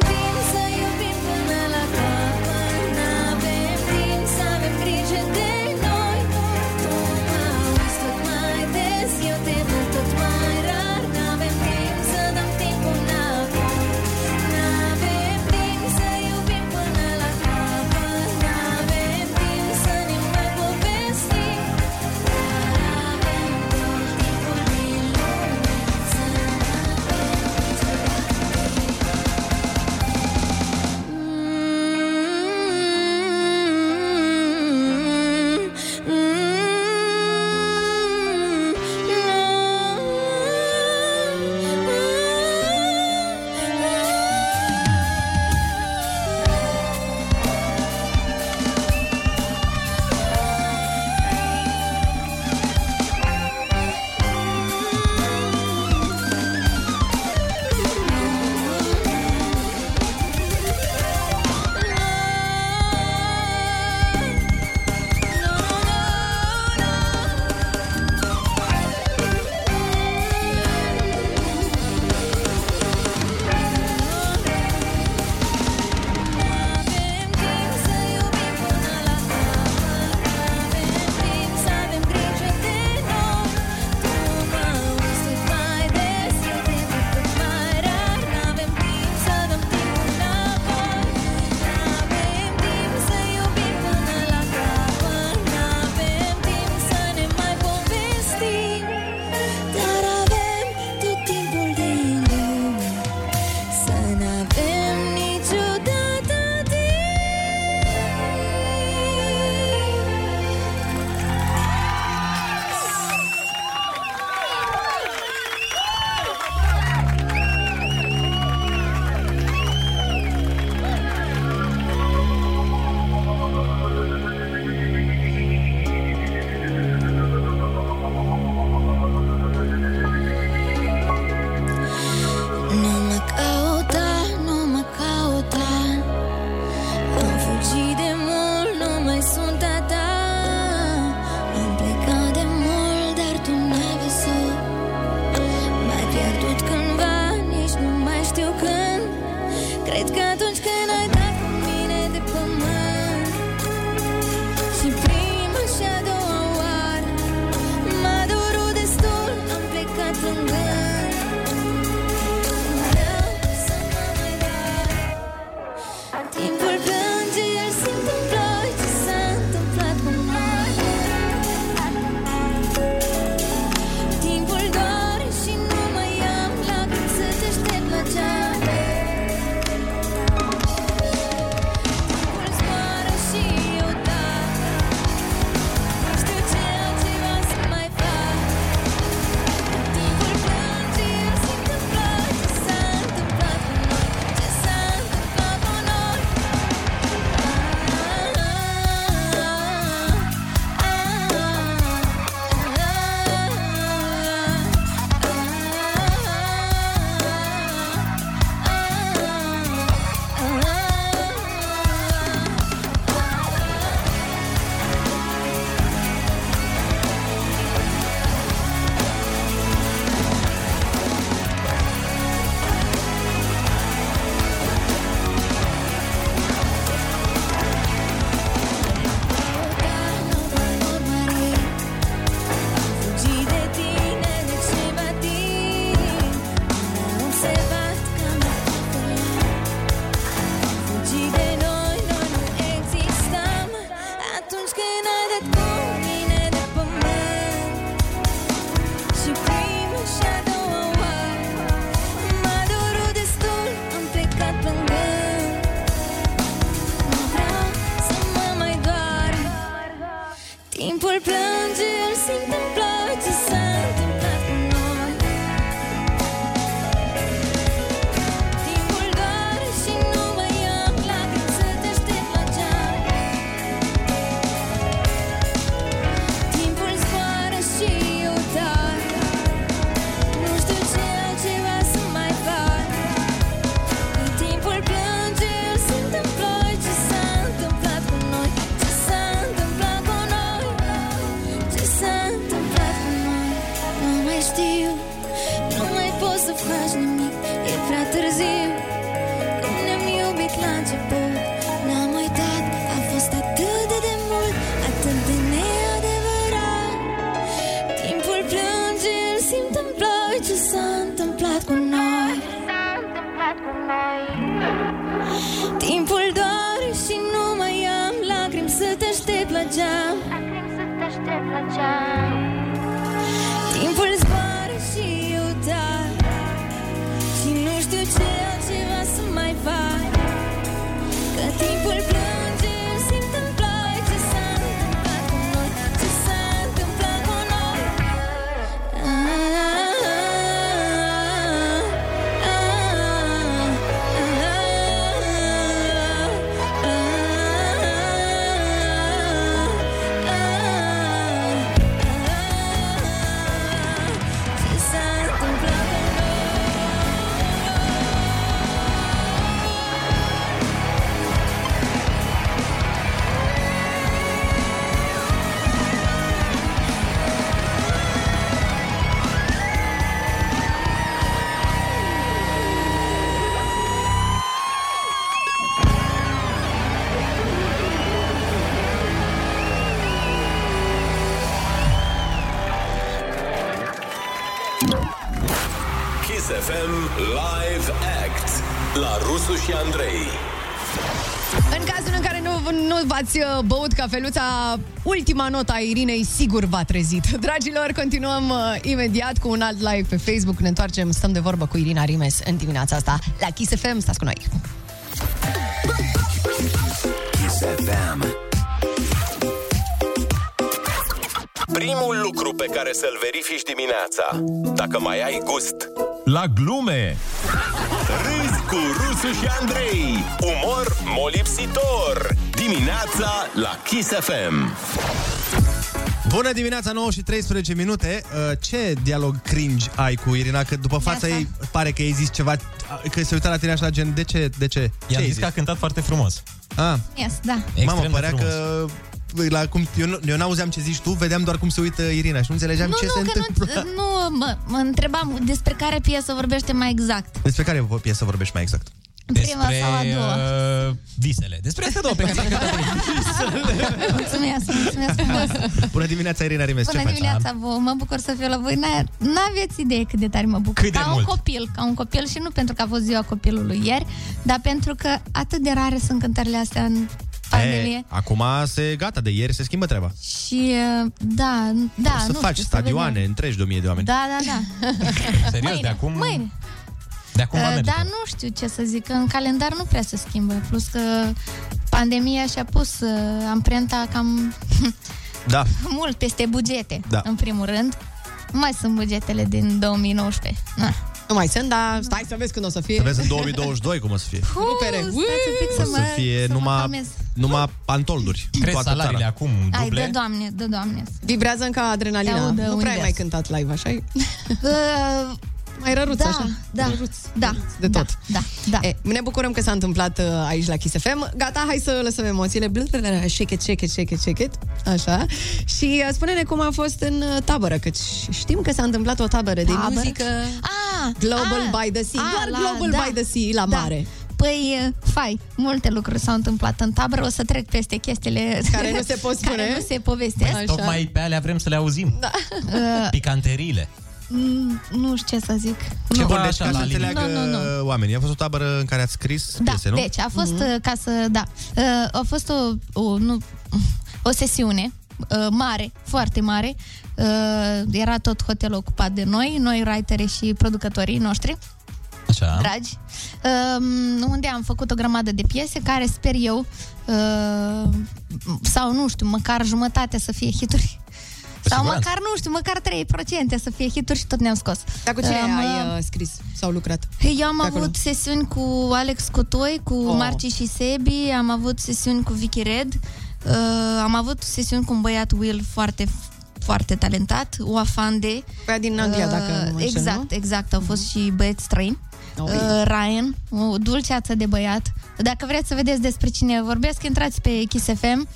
U: Oh Timpul plânge, îl simt în ploi ce s-a întâmplat cu noi. Timpul doare și nu mai am lacrimi să te aștept la geam. Timpul zboară și eu dar nu știu ce altceva să mai fac. Timpul plânge, îl simt în ploi ce s-a întâmplat cu noi. Ce s-a întâmplat cu noi? Ce s-a întâmplat cu noi? Nu mai știu, nu mai poți să faci nimic. E prea târziu, cum ne-am iubit la început. N-am uitat, a fost atât de de mult, atât de neadevărat. Timpul plânge, îl simt în ploi ce s-a întâmplat cu noi. Timpul doar și nu mai am lacrimi să te aștept la geam. Timpul zboară și eu dar Și nu știu ce altceva să mai fac Că timpul plânge, îl simt în ploi Ce s-a întâmplat cu noi, ce s-a întâmplat cu noi Ah, ce s-a întâmplat cu
H: Kiss FM Live Act la Rusu și Andrei.
A: În cazul în care nu, nu v-ați uh, băut cafeluța, ultima notă a Irinei sigur v-a trezit. (laughs) Dragilor, continuăm uh, imediat cu un alt live pe Facebook. Ne întoarcem, stăm de vorbă cu Irina Rimes în dimineața asta la Kiss FM. Stați cu noi!
T: Kiss FM.
H: Primul lucru pe care să-l verifici dimineața, dacă mai ai gust.
K: La glume!
H: Râzi cu Rusu și Andrei. Umor molipsitor. Dimineața la Kiss FM.
I: Bună dimineața, 9 și 13 minute. Uh, Ce dialog cringe ai cu Irina? Că după fața ei pare că ei zis ceva, că se uita la tine așa gen, de ce, de ce?
J: I-am
I: ce
J: zis că a cântat foarte frumos.
I: Ah,
V: Yes, da.
J: Extrem
I: mamă,
J: de
I: părea
J: frumos.
I: că la cum, eu, nu, eu n-auzeam ce zici tu, vedeam doar cum se uită Irina și nu înțelegeam
V: nu,
I: ce
V: nu,
I: se
V: că
I: întâmplă.
V: nu, nu mă, mă întrebam despre care piesă vorbește mai exact.
I: (laughs) Despre care vo- piesă vorbești mai exact?
V: Prima sau a doua. (laughs)
J: Uh, visele. Despre astea două pe care le-am cântat.
V: Mulțumesc, mulțumesc frumos.
I: (laughs) Bună dimineața, Irina Rimes,
V: Bună
I: ce faci? Eh,
V: dimineața, vă, mă bucur să fiu la voi. N-a- N-aveți idee cât de tare mă bucur.
I: Cât de
V: ca
I: mult?
V: un copil, ca un copil și nu pentru că a fost ziua copilului ieri, dar pentru că atât de rare sunt cântările astea în pandemie.
I: E, acum se gata, de ieri se schimbă treaba.
V: Și uh, da, da,
I: să
V: nu
I: faci
V: știu,
I: stadioane întregi de o mie de oameni.
V: vedem. Da, da, da.
I: (laughs) Serios,
V: mâine,
I: de acum-
V: Mâine.
I: De acum va
V: Uh,
I: merge
V: Dar nu știu ce să zic, că în calendar nu prea se schimbă, plus că pandemia și-a pus uh, amprenta cam (laughs)
I: Da.
V: mult peste bugete,
I: Da.
V: în primul rând. Nu Mai sunt bugetele din 2019. Na.
A: Nu mai sunt, dar stai să vezi când o să fie.
I: Să vezi în 2022 cum o să fie.
A: Rupere.
I: O să fie numai,
V: calmez.
I: numai pantolduri.
J: Cresc salariile
I: acum
V: Ai, dă doamne, dă doamne.
A: Vibrează încă adrenalina.
V: Te aud,
A: nu prea ai
V: univers.
A: mai cântat live, așa
V: Uh,
A: mai răruț,
V: da,
A: așa.
V: Da, da,
A: de tot. Da, da. E, ne bucurăm că s-a întâmplat uh, aici la Kiss FM. Gata, hai să lăsăm emoțiile. Blu, blu, blu, Shake it, shake it, shake it, shake it. Așa. Și uh, spune-ne cum a fost în uh, tabără, că știm că s-a întâmplat o tabără, de muzică
V: Ah,
A: Global
V: ah,
A: by the Sea.
V: ah,
A: Doar
V: la-
A: Global
V: da,
A: by the Sea la
V: da.
A: mare.
V: Păi, uh, fai, multe lucruri s-au întâmplat în tabără, o să trec peste chestiile
A: Care nu se pot
V: (laughs) care
A: spune.
V: nu se povestesc.
J: Tocmai pe alea vrem să le auzim.
V: Da. Uh,
J: Picanteriile.
V: Mm, nu știu ce să zic.
I: Ce
V: Nu.
I: bun, deci ca să
V: Nu,
I: înțeleagă
V: nu, nu.
I: oamenii. A fost o tabără în care ați scris
V: Da,
I: piese, nu?
V: deci a fost uh, ca să, da, uh, a fost o, o, nu, o sesiune uh, mare, foarte mare. Uh, Era tot hotelul ocupat de noi, noi writerii și producătorii noștri.
U: Da.
J: Așa.
V: dragi, um, unde am făcut o grămadă de piese care sper eu, uh, sau nu știu, măcar jumătate să fie hituri. Sau
A: siguranță.
V: măcar, nu știu, măcar 3% să fie hituri și tot ne-am scos.
A: Dar cu cine
V: Am, Păi,
A: ai uh, scris sau lucrat?
V: Eu am
A: De
V: avut
A: acolo?
V: sesiuni cu Alex Cotoi, cu
A: Oh.
V: oh. Marci și Sebi, am avut sesiuni cu Vicky Red, uh, am avut sesiuni cu un băiat Will foarte foarte talentat, Oafande.
A: Păi din Anglia, dacă nu mă înșel,
V: Exact,
A: nu? Mhm.
V: exact. Au fost și băieți străini.
A: Oi.
V: Uh, Ryan, o dulceață de băiat. Dacă vreți să vedeți despre cine vorbesc, intrați pe Kiss FM,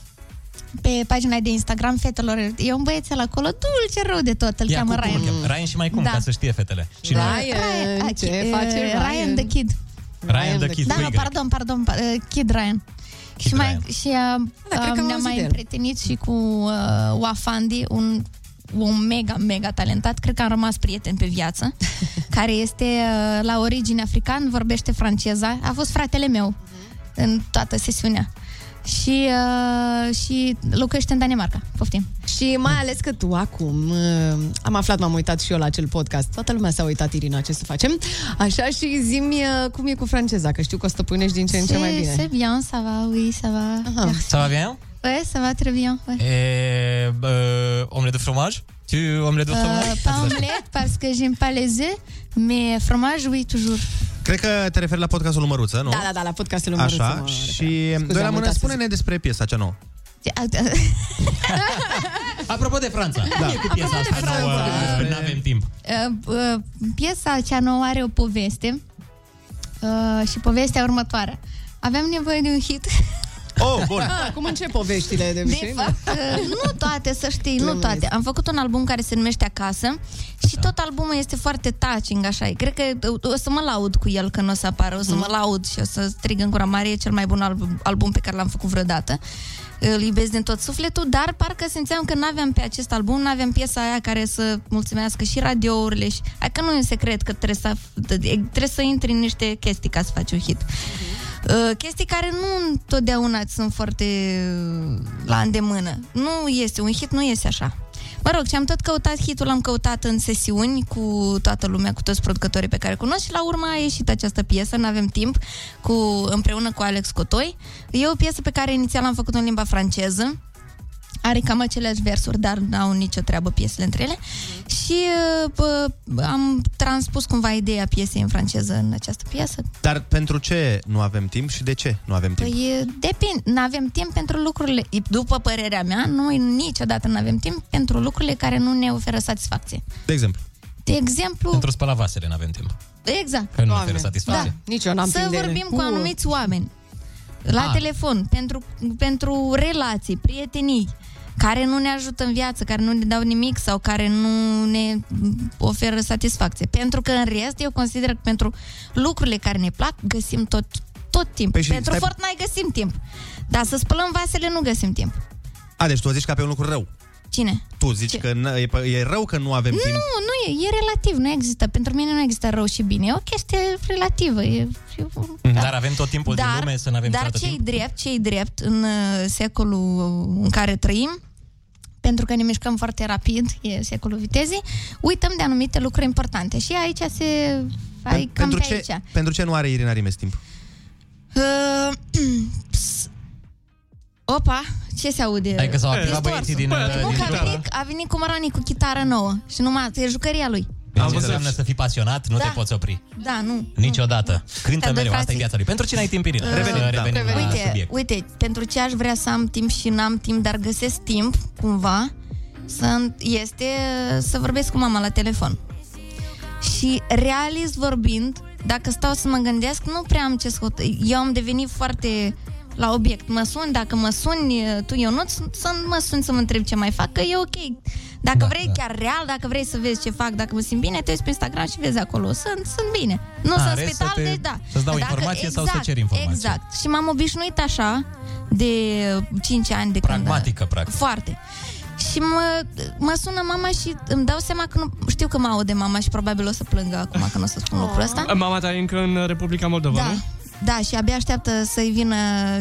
V: pe pagina de Instagram Fetelor. E un băiețel acolo, dulce rău de tot, îl
J: Ia,
V: cheamă
J: cum, cum
V: Ryan.
J: îl cheamă? Ryan și mai cum,
V: Da.
J: ca să știe fetele. Și
A: Da,
J: noi.
V: Ryan,
A: ce
V: eh,
A: face Ryan?
V: Ryan the Kid.
J: Ryan the Kid
V: Da,
J: cu
V: nu,
J: Y.
V: pardon, pardon, pa- eh, Kid Ryan. și mai și am,
A: Da, cred că am
V: ne-am
A: auzit de
V: mai
A: el.
V: împrietenit și cu uh, Wafandi, un un mega, mega talentat, cred că am rămas prieten pe
A: (laughs)
V: viață, care este uh, la origine african, vorbește franceza, a fost fratele meu în toată sesiunea. Și, uh, și locuiește în Danemarca. Poftim.
A: Și mai ales că tu acum uh, am aflat, m-am uitat și eu la acel podcast. Toată lumea s-a uitat, Irina, ce să facem. Așa și zimi uh, cum e cu franceza, că știu că o stăpânești din ce în ce mai bine.
V: C'est bien, ça va, oui, ça va. Merci.
J: Ça va bien?
V: Ouais, ça va très bien. Ouais.
J: Et, euh, omelette de fromage? Tu omelette de fromage? Exact.
V: Euh, pas omelette parce que j'aime pas les œufs, mais fromage, oui, toujours.
I: Cred că te referi la podcastul Lumăruță, Ah, nu?
A: Da, da, da, la podcastul lui Măruță,
I: Așa,
A: mă
I: și
A: am
I: doi la mână,
A: uitat să
I: spune-ne despre piesa cea nouă.
J: Apropo de Franța.
I: Da.
J: Cum e cu piesa
V: Apropo de
J: asta? Nouă,
V: Franța.
J: Nu avem timp.
V: (laughs) Uh, uh, piesa cea nouă are o poveste uh, și povestea următoare. Avem nevoie de un hit. (laughs)
I: Oh,
V: bun.
A: Ah, cum încep poveștile de obicei? da.
V: De fapt, uh, nu toate, să știi, nu toate. Am făcut un album care se numește Acasă și tot albumul este foarte touching, așa. Cred că uh, o să mă laud cu el când o să apară, o să
A: Mhm.
V: mă laud și o să strig în gura mare, e cel mai bun album, album pe care l-am făcut vreodată. Îl iubesc din tot sufletul, dar parcă simțeam că nu aveam pe acest album, nu aveam piesa aia care să mulțumească și radiourile și... Hai că nu e un secret că trebuie să, trebuie să intri în niște chestii ca să faci un hit. Uh, chestii care nu întotdeauna sunt foarte uh, la îndemână. Nu este, un hit nu este așa. Mă rog, și am tot căutat hitul, am căutat în sesiuni cu toată lumea, cu toți producătorii pe care îi cunosc și la urmă a ieșit această piesă, nu avem timp, cu, împreună cu Alex Cotoi. E o piesă pe care inițial am făcut în limba franceză, are cam aceleași versuri, dar n-au nicio treabă piesele între ele. Și uh, bă, am transpus cumva ideea piesei în franceză în această piesă.
I: Dar pentru ce nu avem timp și de ce nu avem timp?
V: Păi, depinde. Nu avem timp pentru lucrurile, după părerea mea, noi niciodată nu avem timp pentru lucrurile care nu ne oferă satisfacție.
J: De exemplu.
V: De exemplu,
J: Pentru spăla vasele n-avem timp.
V: exact.
J: Că nu Doamne. oferă satisfacție.
V: Da.
A: Nici eu n-am
V: Să
A: timp de ele.
V: vorbim cu
A: Uh.
V: anumiți oameni. La
A: Ah.
V: telefon, pentru, pentru relații, prietenii, care nu ne ajută în viață, care nu ne dau nimic sau care nu ne oferă satisfacție. Pentru că în rest, eu consider că pentru lucrurile care ne plac, găsim tot, tot timp.
I: Păi
V: Păi
I: și
V: pentru
I: stai-
V: stai... Fortnite găsim timp. Dar să spălăm vasele nu găsim timp.
I: A, deci tu o zici ca pe un lucru rău.
V: Cine?
I: Tu zici că n- e, p- e rău că nu avem
V: Nu,
I: timp.
V: nu e, e relativ, nu există. Pentru mine nu există rău și bine. E o chestie relativă. E, e un-
J: Dar avem tot timpul din lume să nu avem
V: Da. dar
J: niciodată
V: cei
J: timp.
V: drept, cei drept în uh, secolul în care trăim, pentru că ne mișcăm foarte rapid, e secolul vitezii, uităm de anumite lucruri importante. Și aici se... Ai, cam
I: pentru,
V: pe
I: ce,
V: aici.
I: pentru ce nu are Irina Rimes timp?
V: Uh, (clears throat) ps- Opa, ce se aude?
J: Hai că s-au activat
V: Distorsul.
J: băieții din- Păi,
V: Nu,
J: din
V: că a
J: țară.
V: venit, a venit cu Marani cu chitară nouă și numai, e jucăria lui.
J: Am ce Deci înseamnă să fii pasionat, nu
V: Da.
J: te poți opri.
V: Da, nu.
J: Niciodată. Cântă
V: Dar doi
J: mereu, asta e
V: frații.
J: viața lui. Pentru cine ai timp, Irina?
V: Uh,
J: Să revenim da. la
V: uite,
J: subiect.
V: uite, pentru ce aș vrea să am timp și n-am timp, dar găsesc timp, cumva, să, este să vorbesc cu mama la telefon. Și realist vorbind, dacă stau să mă gândesc, nu prea am ce să hot- Eu am devenit foarte la obiect. Mă sun, dacă mă suni tu, eu nu, să nu mă sun să mă întreb ce mai fac, că e ok. Dacă da, vrei da. chiar real, dacă vrei să vezi ce fac, dacă mă simt bine, te uiți pe Instagram și vezi acolo. Sunt, sunt bine. Nu
J: A,
V: sunt în
J: în Ah, rest
V: spital,
J: să te-
V: deci da.
J: să-ți dau informație sau să ceri informație.
V: Exact. Și m-am obișnuit așa de 5 ani de
J: Pragmatică,
V: când...
J: practic.
V: Foarte. Și mă, mă sună mama și îmi dau seama că nu... Știu
M: Ah.
V: că mă aude mama și probabil o să plângă acum că nu o să spun lucrul ăsta.
L: Mama ta e încă în Republica Moldova,
V: Da,
L: nu?
V: Da, și abia așteaptă să-i vină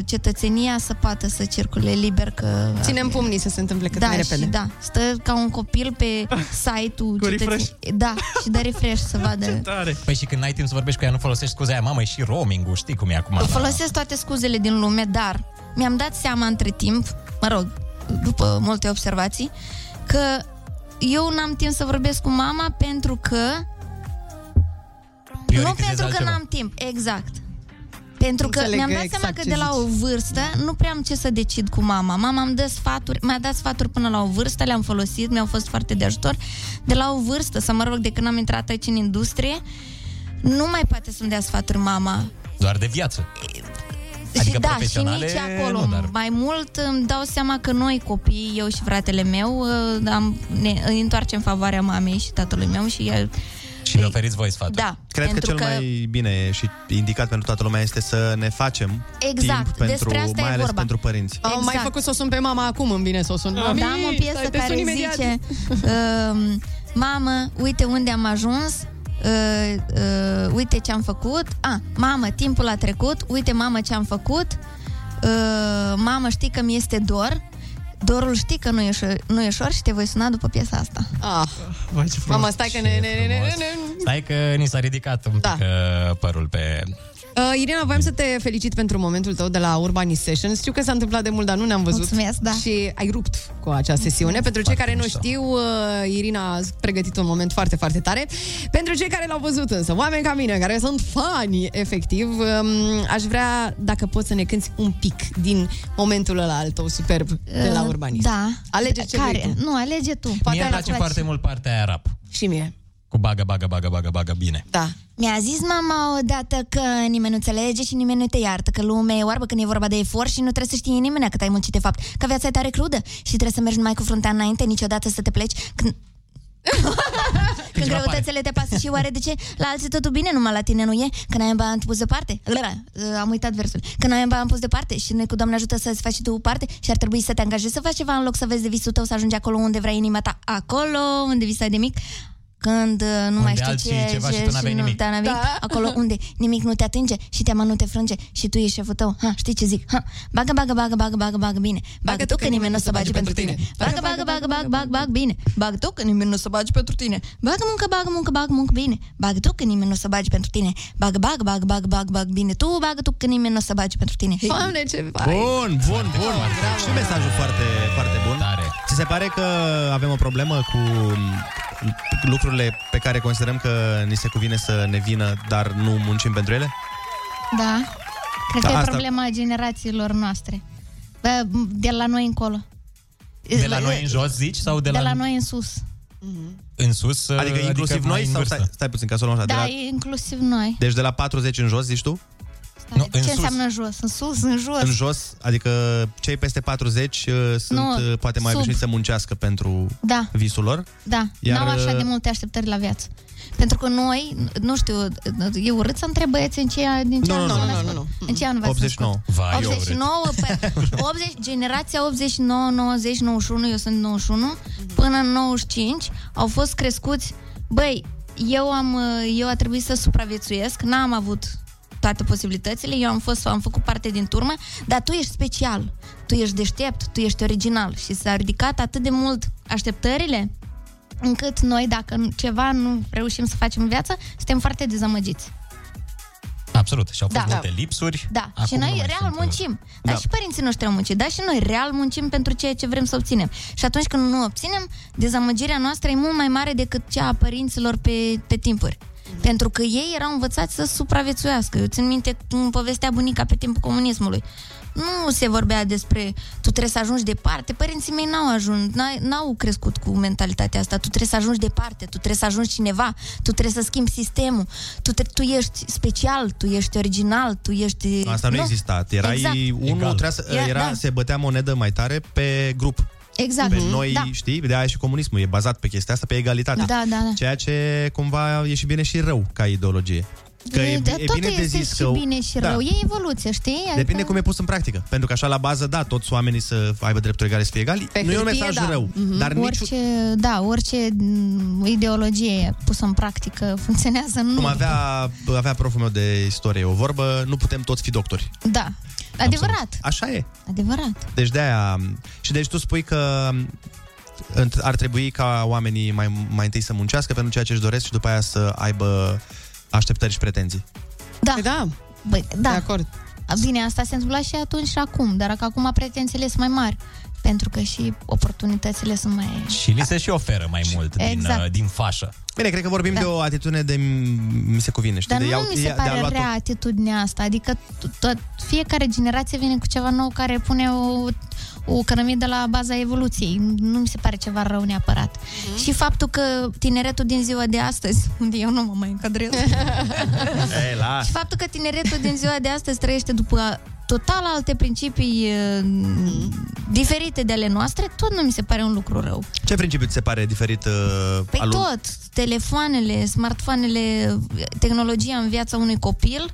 V: cetățenia să poată să circule liber că...
A: Ținem pumnii să se întâmple cât
V: da,
A: mai repede.
V: Și, da, stă ca un copil pe site-ul
A: (laughs) Cu
V: cetățeniei.
A: refresh.
V: Da, și dă refresh să vadă.
J: Tare. Păi și când n-ai timp să vorbești cu ea, nu folosești scuza aia, mamă, e și roaming-ul, știi cum e acum. la-
V: Folosesc toate scuzele din lume, dar mi-am dat seama între timp, mă rog, după multe observații, că eu n-am timp să vorbesc cu mama pentru că... Nu
D: Prioritizez
V: pentru că
D: altceva.
V: n-am timp, exact. Pentru că
D: Înțeleg
V: mi-am dat
D: exact
V: seama că
D: ce
V: de la
D: zici.
V: o vârstă nu prea am ce să decid cu mama. Mama îmi dă sfaturi, mi-a dat sfaturi până la o vârstă, le-am folosit, mi-au fost foarte de ajutor. De la o vârstă, să mă rog, de când am intrat aici în industrie, nu mai poate să-mi dea sfaturi mama.
J: Doar de viață.
V: și
J: Adică
V: da, și
J: profesionale,
V: nici acolo.
J: nu, dar-
V: Mai mult îmi dau seama că noi copii, eu și fratele meu, uh, am, ne îi întoarcem favoarea mamei și tatălui meu și el...
J: Și le oferiți voi sfaturi.
V: Da,
I: Cred că
V: pentru
I: cel
V: că-
I: mai bine și indicat pentru toată lumea este să ne facem
V: Exact,
I: timp pentru,
V: despre asta e
I: mai ales
V: vorba.
I: pentru părinți.
A: Exact. Am mai făcut să o sun pe mama acum, îmi vine să o sun. Mami,
V: Da, am o piesă
A: stai, te sun
V: care
A: imediat.
V: zice uh, Mamă, uite unde am ajuns uh, uh, Uite ce am făcut ah, Mamă, timpul a trecut Uite, mamă, ce am făcut uh, Mamă, știi că mi este dor Dorul știi că nu e, ușor, nu e ușor Și te voi suna după piesa asta
A: ah.
J: Vai, ce
A: Mama, stai
U: Né,
A: că ne... ne, ne, ne, ne, ne.
J: Stai că ni s-a ridicat un
A: Da.
J: pic uh, părul pe...
A: Uh, Irina, voiam să te felicit pentru momentul tău de la Urbani Sessions. Știu că s-a întâmplat de mult, dar nu ne-am văzut.
V: Mulțumesc, da.
A: Și ai rupt cu acea sesiune. Pentru cei care nu știu, uh, Irina a pregătit un moment foarte, foarte tare. Pentru cei care l-au văzut însă, oameni ca mine, care sunt fani, efectiv, um, aș vrea, dacă poți să ne cânti un pic din momentul ăla al tău superb de la
V: Uh,
A: Urbani.
V: Da
A: Alege ce
V: Care?
A: vrei tu.
V: Nu, alege tu
J: Mie îmi place foarte mult partea aia rap.
A: Și mie.
J: Cu bagă, bagă, bagă, bagă, bagă, bine.
A: Da.
V: Mi-a zis mama odată că nimeni nu înțelege și nimeni nu te iartă, că lumea e oarbă când e vorba de efort și nu trebuie să știe nimeni cât ai muncit de fapt, că viața e tare crudă și trebuie să mergi numai cu fruntea înainte, niciodată să te pleci
A: (laughs)
V: când... Când
D: ceva
V: greutățile te pasă și oare de ce? La alții totul bine, numai la tine nu e? Când ai bani am pus deoparte? Lăla, uh, Am uitat versul. Când ai bani am pus deoparte și noi cu Doamne ajută să-ți faci și tu parte și ar trebui să te angajezi să faci ceva în loc să vezi de visul tău să ajungi acolo unde vrea inima ta. Acolo unde visai de mic, când uh, nu
J: Unde
V: mai știi
J: alții
V: ce,
J: ceva și
V: ce
J: tu n-aveai
V: nu-
J: nimic.
V: da, n-aveai nimic.
J: Da.
V: (laughs) Acolo unde nimic nu te atinge și teama nu te frânge și tu ești șeful tău. Ha, știi ce zic? Ha, bagă, bagă, bagă, bagă, bagă, bagă bine. Bagă tu că nimeni nu o să bage pentru tine. Bagă, bagă, bagă, bagă, bagă, bagă bine. Bagă tu că nimeni nu o să bage pentru tine. Bagă muncă, bagă muncă, bagă muncă bine. Bagă tu că nimeni nu o să bage pentru tine. Bagă, bagă, bagă, bagă, bagă, bagă bine. Tu bagă tu că nimeni nu o să bage pentru tine.
A: Doamne, ce
I: Bun, bun, bun. Și mesajul foarte, foarte bun. Tare. Ți se pare că avem o problemă cu lucrurile pe care considerăm că ni se cuvine să ne vină, dar nu muncim pentru ele?
V: Da. Cred
I: Da,
V: că e
I: asta-
V: problema generațiilor noastre. Bă, De la noi încolo.
J: De la noi în jos, zici? Sau de,
V: De la noi în sus.
J: în sus?
I: Adică
J: adică
I: inclusiv
J: mai
I: noi
J: în
I: sau
J: vârstă?
I: stai, stai puțin ca să o luăm așa.
V: Da,
I: de la,
V: e inclusiv noi.
I: Deci de la 40 în jos, zici tu?
V: Nu, Ce înseamnă în jos? În sus, în jos.
I: În jos, adică cei peste 40 uh, sunt
V: Nu,
I: uh, poate mai
V: sub.
I: obișnuiți să muncească pentru
V: Da.
I: visul lor.
V: Da,
I: Iar,
V: n-au așa
I: uh,
V: de multe așteptări la viață. Pentru că noi, nu știu, e urât să întreb băieți în ce, din ce
I: Nu,
V: an
I: nu,
V: v-ați
I: nu, nu, nu,
V: născut?
I: nu.
V: În ce an v-ați născut?
I: 89.
J: Então Vai,
V: 89, pe, 80, păi, generația 89, 90, 91, eu sunt 91, până în 95 au fost crescuți, băi, eu am, uh, eu a trebuit să supraviețuiesc, n-am avut toate posibilitățile, eu am fost, am făcut parte din turmă, dar tu ești special, tu ești deștept, tu ești original și s-a ridicat atât de mult așteptările încât noi, dacă nu- ceva nu reușim să facem în viață, suntem foarte dezamăgiți.
J: Absolut. Și au fost
V: Da.
J: multe lipsuri.
V: Da,
J: Acum
V: și noi
J: nu mai
V: real
J: sunt, uh,
V: muncim. Dar
J: da.
V: și părinții noștri au muncit, dar și noi real muncim pentru ceea ce vrem să obținem. Și atunci când nu obținem, dezamăgirea noastră e mult mai mare decât cea a părinților pe, pe timpuri. Pentru că ei erau învățați să supraviețuiască. Eu țin minte cum povestea bunica pe timpul comunismului. Nu se vorbea despre tu trebuie să ajungi departe. Părinții mei n-au ajuns, n-ai- n-au crescut cu mentalitatea asta. Tu trebuie să ajungi departe, tu trebuie să ajungi cineva, tu trebuie să schimbi sistemul, tu, tre- tu ești special, tu ești original, tu ești...
I: Asta nu, exista. Erai
V: exact.
I: unul, trebuia să,
V: Era-
I: era,
V: da.
I: se bătea monedă mai tare pe grup.
V: Exact.
I: Pe
V: Mhm.
I: noi,
V: Da.
I: știi, de aia și comunismul e bazat pe chestia asta, pe egalitate.
V: Da, da, da.
I: Ceea ce cumva e și bine și rău ca ideologie. Că e,
V: Da,
I: e
V: Totul
I: bine de
V: este
I: zis
V: și
I: că... Da.
V: bine și rău. E evoluție, știi? Adică...
I: Depinde cum e pus în practică. Pentru că așa la bază, da, toți oamenii să aibă drepturi egale, să fie egali. nu e un
V: hârtie,
I: mesaj
V: da.
I: rău.
V: Mhm.
I: Dar nici
V: orice, Da, orice m, ideologie pusă în practică funcționează, nu.
I: cum avea, avea proful meu de istorie o vorbă, nu putem toți fi doctori.
V: Da. Adevărat,
I: Așa e.
V: adevărat.
I: Deci de-aia... Și deci tu spui că înt- ar trebui ca oamenii mai, mai întâi să muncească pentru ceea ce își doresc și după aia să aibă așteptări și pretenții.
V: Da. da. Băi, da. De acord. Bine, asta se întâmpla și atunci și acum, dar că acum pretențiile sunt mai mari, pentru că și oportunitățile sunt mai...
J: Și li se și oferă mai mult
V: Exact.
J: din, uh, din fașă.
I: Bine, cred că vorbim
V: Da.
I: de o atitudine de m- mi se cuvine, știi?
V: Dar
I: de
V: nu mi se
I: de a
V: pare
I: lua
V: rea atitudinea asta, adică to- tot, fiecare generație vine cu ceva nou care pune o, o cărămidă la baza evoluției. Nu mi se pare ceva rău neapărat.
I: Mhm.
V: Mm-hmm. Și faptul că tineretul din ziua de astăzi, (laughs) unde eu nu mă mai
I: (laughs)
V: încadrez,
U: É,
I: Ei, la...
V: și faptul că tineretul din ziua de astăzi trăiește după total alte principii eh,
I: Mhm.
V: diferite de ale noastre, tot nu mi se pare un lucru rău.
I: Ce principiu ți se pare diferit uh,
V: Păi
I: al
V: tot, telefoanele, smartfoanele, tehnologia în viața unui copil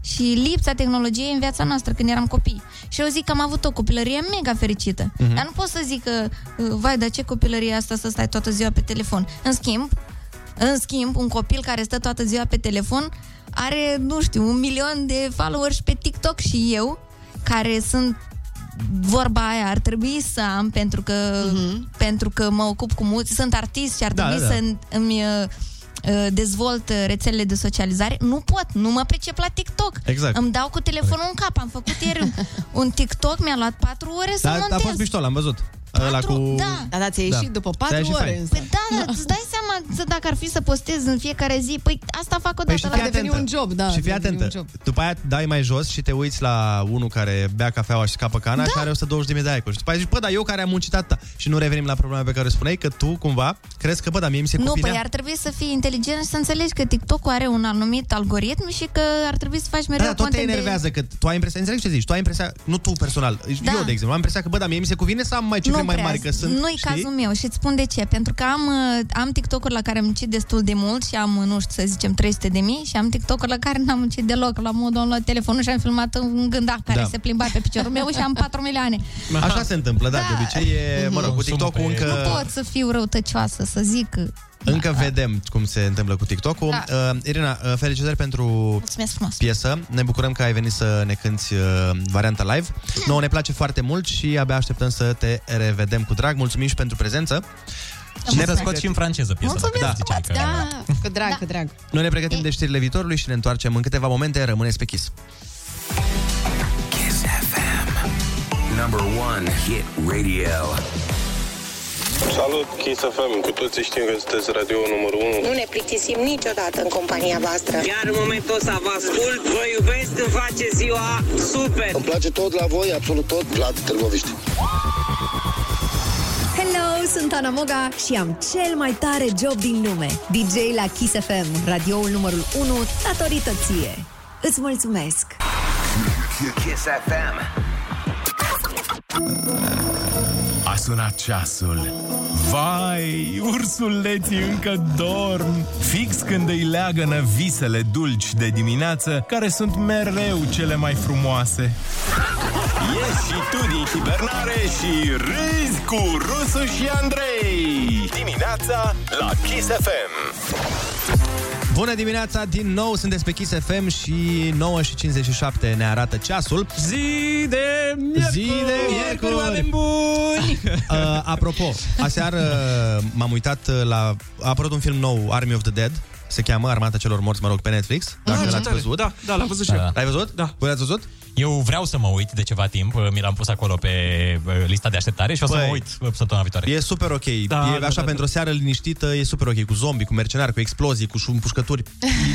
V: și lipsa tehnologiei în viața noastră când eram copii. Și eu zic că am avut o copilărie mega fericită.
D: Mhm.
V: Mm-hmm. Dar nu pot să zic că, uh, vai, dar ce copilărie asta să stai toată ziua pe telefon. În schimb, în schimb, un copil care stă toată ziua pe telefon are, nu știu, un milion de followers pe TikTok și eu, care sunt vorba aia, ar trebui să am pentru că, uh-huh. pentru că mă ocup cu mulți, sunt artist și ar
D: Da,
V: trebui
D: da, da.
V: să îmi- îmi uh, dezvolt uh, rețelele de socializare, nu pot, nu mă pricep la TikTok.
I: Exact.
V: Îmi dau cu telefonul în cap. Am făcut ieri un- un TikTok, mi-a luat 4 ore să
I: Da, a
V: montez.
I: fost mișto, l-am văzut. Ăla cu...
V: Da.
A: Da, da, ți-a ieșit după patru
I: Ți-a ieșit
A: ore,
I: fain.
A: însă.
V: Păi da, dar îți dai seama să dacă ar fi să postez în fiecare zi, păi asta fac o
I: Păi
V: dată.
I: și fii atentă.
V: da,
I: și fii
A: va deveni
I: atentă.
A: un job.
I: După aia dai mai jos și te uiți la unul care bea cafeaua și scapă cana
V: Da.
I: și are 120.000 de icon. Și după aia zici, bă, dar eu care am muncit atâta. Și nu revenim la problema pe care o spuneai, că tu cumva crezi că, bă, dar mie mi se
V: Nu,
I: cuvinea.
V: păi ar trebui să fii inteligent și să înțelegi că TikTok-ul are un anumit algoritm și că ar trebui să faci
I: da,
V: mereu
I: dar tot te
V: content de-
I: enervează, că tu ai impresia, înțelegi ce zici, tu ai impresia, nu tu personal,
V: Da.
I: eu de exemplu, am impresia că, bă, dar mie mi se cuvine să am mai cifre
V: Nu
I: mai
V: prea.
I: mari, că sunt,
V: Nu-i
I: știi?
V: cazul meu și îți spun de ce. Pentru că am, uh, am TikTok-uri la care am muncit destul de mult și am, uh, nu știu, să zicem 300 de mii și am TikTok-uri la care n-am muncit deloc. La modul am luat telefonul și am filmat un gândac care
I: Da.
V: se plimba pe piciorul meu
I: (laughs)
V: și am 4 milioane.
I: Așa se întâmplă, da, de obicei e, mă rog, cu TikTok-ul încă...
V: Nu pot să fiu răutăcioasă, să zic că-
I: Încă vedem cum se întâmplă cu TikTok-ul.
V: Da.
I: Uh, Irina, uh, felicitări pentru
V: Mulțumesc frumos.
I: piesă. Ne bucurăm că ai venit să ne cânti uh, varianta live. Nouă ne place foarte mult și abia așteptăm să te revedem cu drag. Mulțumim și pentru prezență.
J: Și să scoți și în franceză piesa.
I: Mulțumesc
J: dacă
I: frumos,
J: ziceai că-
A: Da, cu drag, da. cu drag.
I: Noi ne pregătim de știrile viitorului și ne întoarcem în câteva momente. Rămâneți pe Kiss.
T: Kiss FM. Number one hit radio.
R: Salut, Kiss FM, cu toții știm că sunteți radio numărul 1.
W: Nu ne plictisim niciodată în compania voastră.
S: Chiar în momentul ăsta vă ascult, vă iubesc, îmi face ziua super.
T: Îmi place tot la voi, absolut tot, Vlad Târgoviște.
X: Hello, sunt Ana Moga și am cel mai tare job din lume. DJ la Kiss FM, radioul numărul 1, datorită ție. Îți mulțumesc!
T: Kiss FM.
K: A sunat ceasul. Vai, ursuleții încă dorm. Fix când îi leagănă visele dulci de dimineață, care sunt mereu cele mai frumoase.
H: Ieși și tu din hibernare și râzi cu Rusu și Andrei. Dimineața la Kiss FM.
I: Bună dimineața din nou, sunteți pe Kiss FM și 9 și 57 ne arată ceasul. Zi de miercuri! Zi de miercuri, oameni buni! Uh, apropo, aseară m-am uitat uh, la... A apărut un film nou, Army of the Dead, se cheamă Armata celor morți, mă rog, pe Netflix. Dacă
J: Ah, ce
I: l-ați
J: tare.
I: văzut.
J: Da, da, l-am văzut și eu.
I: L-ai văzut? Da. Voi l-ați văzut?
J: Eu vreau să mă uit de ceva timp, mi l-am pus acolo pe uh, lista de așteptare și o să
I: Băi,
J: mă uit uh, săptămâna viitoare.
I: E super ok. Da, e așa da, pentru o seară liniștită, e super ok cu zombi, cu mercenari, cu explozii, cu șum- pușcături.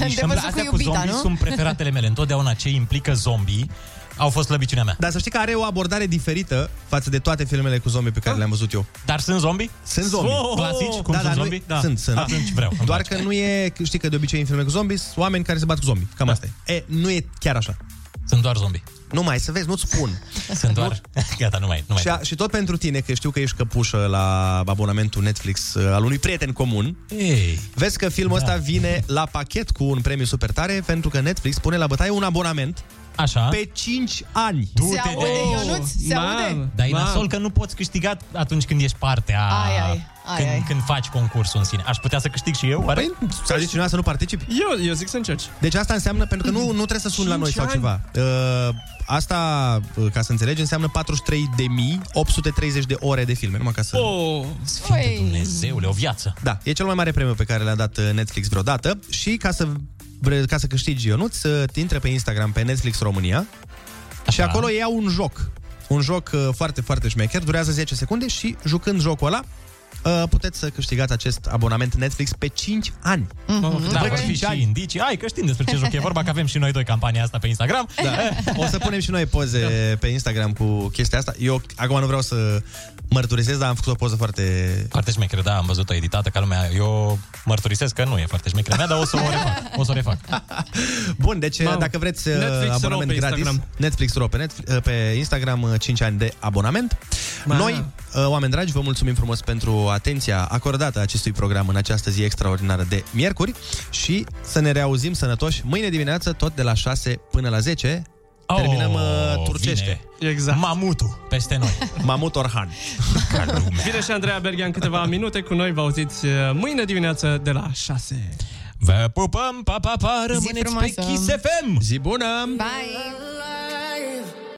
J: Niște îmi- astea cu zombii sunt preferatele mele. Întotdeauna ce implică zombii au fost slăbiciunea mea.
I: Dar să știi că are o abordare diferită față de toate filmele cu zombi pe care le-am văzut eu.
J: Ah. Dar sunt zombi?
I: Sunt zombi.
J: Oh, Clasici, cum da, sunt
I: nu-
J: zombi?
I: Sunt, sunt.
J: Atunci vreau. îmi
I: Doar
J: place.
I: că
J: Da.
I: nu e, știi că de obicei în filme cu zombi sunt oameni care se bat cu zombi. Cam asta e. E, nu e chiar așa.
J: Sunt Sunt doar zombie.
I: Nu mai, să vezi, nu-ți spun.
J: Sunt doar... (laughs) Gata, nu mai, nu mai.
I: Și, a, și tot pentru tine, că știu că ești căpușă la abonamentul Netflix uh, al unui prieten comun,
J: Ei, Da.
I: vezi că filmul ăsta vine la pachet cu un premiu super tare, pentru că Netflix pune la bătaie un abonament
J: Așa.
I: pe 5 ani.
J: Se aude,
I: de-
J: Ionuț?
A: Se aude?
J: Dar e
I: Mamă.
J: nasol că nu poți câștiga atunci când ești partea...
A: Ai, ai, ai,
J: când,
A: ai.
J: când faci concursul în sine. Aș putea să câștig și eu? Oare?
I: Păi, să zici cineva să nu participi?
J: Eu, eu zic să încerci.
I: Deci asta înseamnă, pentru că nu, nu trebuie să suni la noi sau
J: Cinci
I: ceva. Uh, asta, uh, ca să înțelegi, înseamnă 43.830 de ore de filme, numai ca să...
J: Oh,
A: Păi.
J: Sfinte Dumnezeule, o viață.
I: Da, e cel mai mare premiu pe care l-a dat uh, Netflix vreodată și ca să vre- ca să câștigi Ionuț, uh, te intre pe Instagram pe Netflix România și acolo iau un joc. Un joc uh, foarte, foarte șmecher, durează 10 secunde și jucând jocul ăla, uh, puteți să câștigați acest abonament Netflix pe 5 ani.
J: Mm-hmm. Da,
I: Pe
J: vor fi
I: 5
J: și indicii. Ai, că știm despre ce joc e vorba, că avem și noi doi campania asta pe Instagram. (laughs)
I: Da. O să punem și noi
J: Da.
I: poze pe Instagram cu chestia asta. Eu acum nu vreau să mărturisesc, dar am făcut o poză foarte...
J: Foarte șmecheră, da, am văzut-o editată ca lumea. Eu mărturisesc că nu e foarte șmecheră mea, dar o să o refac. O să o refac.
I: Bun, deci
J: Mamă.
I: dacă vreți uh,
J: Netflix Ro
I: abonament
J: pe
I: gratis,
J: Instagram.
I: Netflix Ro pe, Netflix, uh, pe Instagram, uh, 5 ani de abonament. Noi, uh, oameni dragi, vă mulțumim frumos pentru atenția acordată acestui program în această zi extraordinară de miercuri și să ne reauzim sănătoși mâine dimineață, tot de la 6 până la 10.
J: Oh,
I: Terminăm uh, turcește.
J: Exact. Mamutul peste noi.
I: (laughs) Mamut
J: (laughs)
I: Orhan.
L: Vine și Andreea Berghia în câteva minute cu noi. Vă auziți uh, mâine dimineață de la 6.
J: Vă pupăm, pa, pa, pa,
L: Zi
J: rămâneți pe
L: frumoasă.
J: Kiss FM!
I: Zi bună!
A: Bye!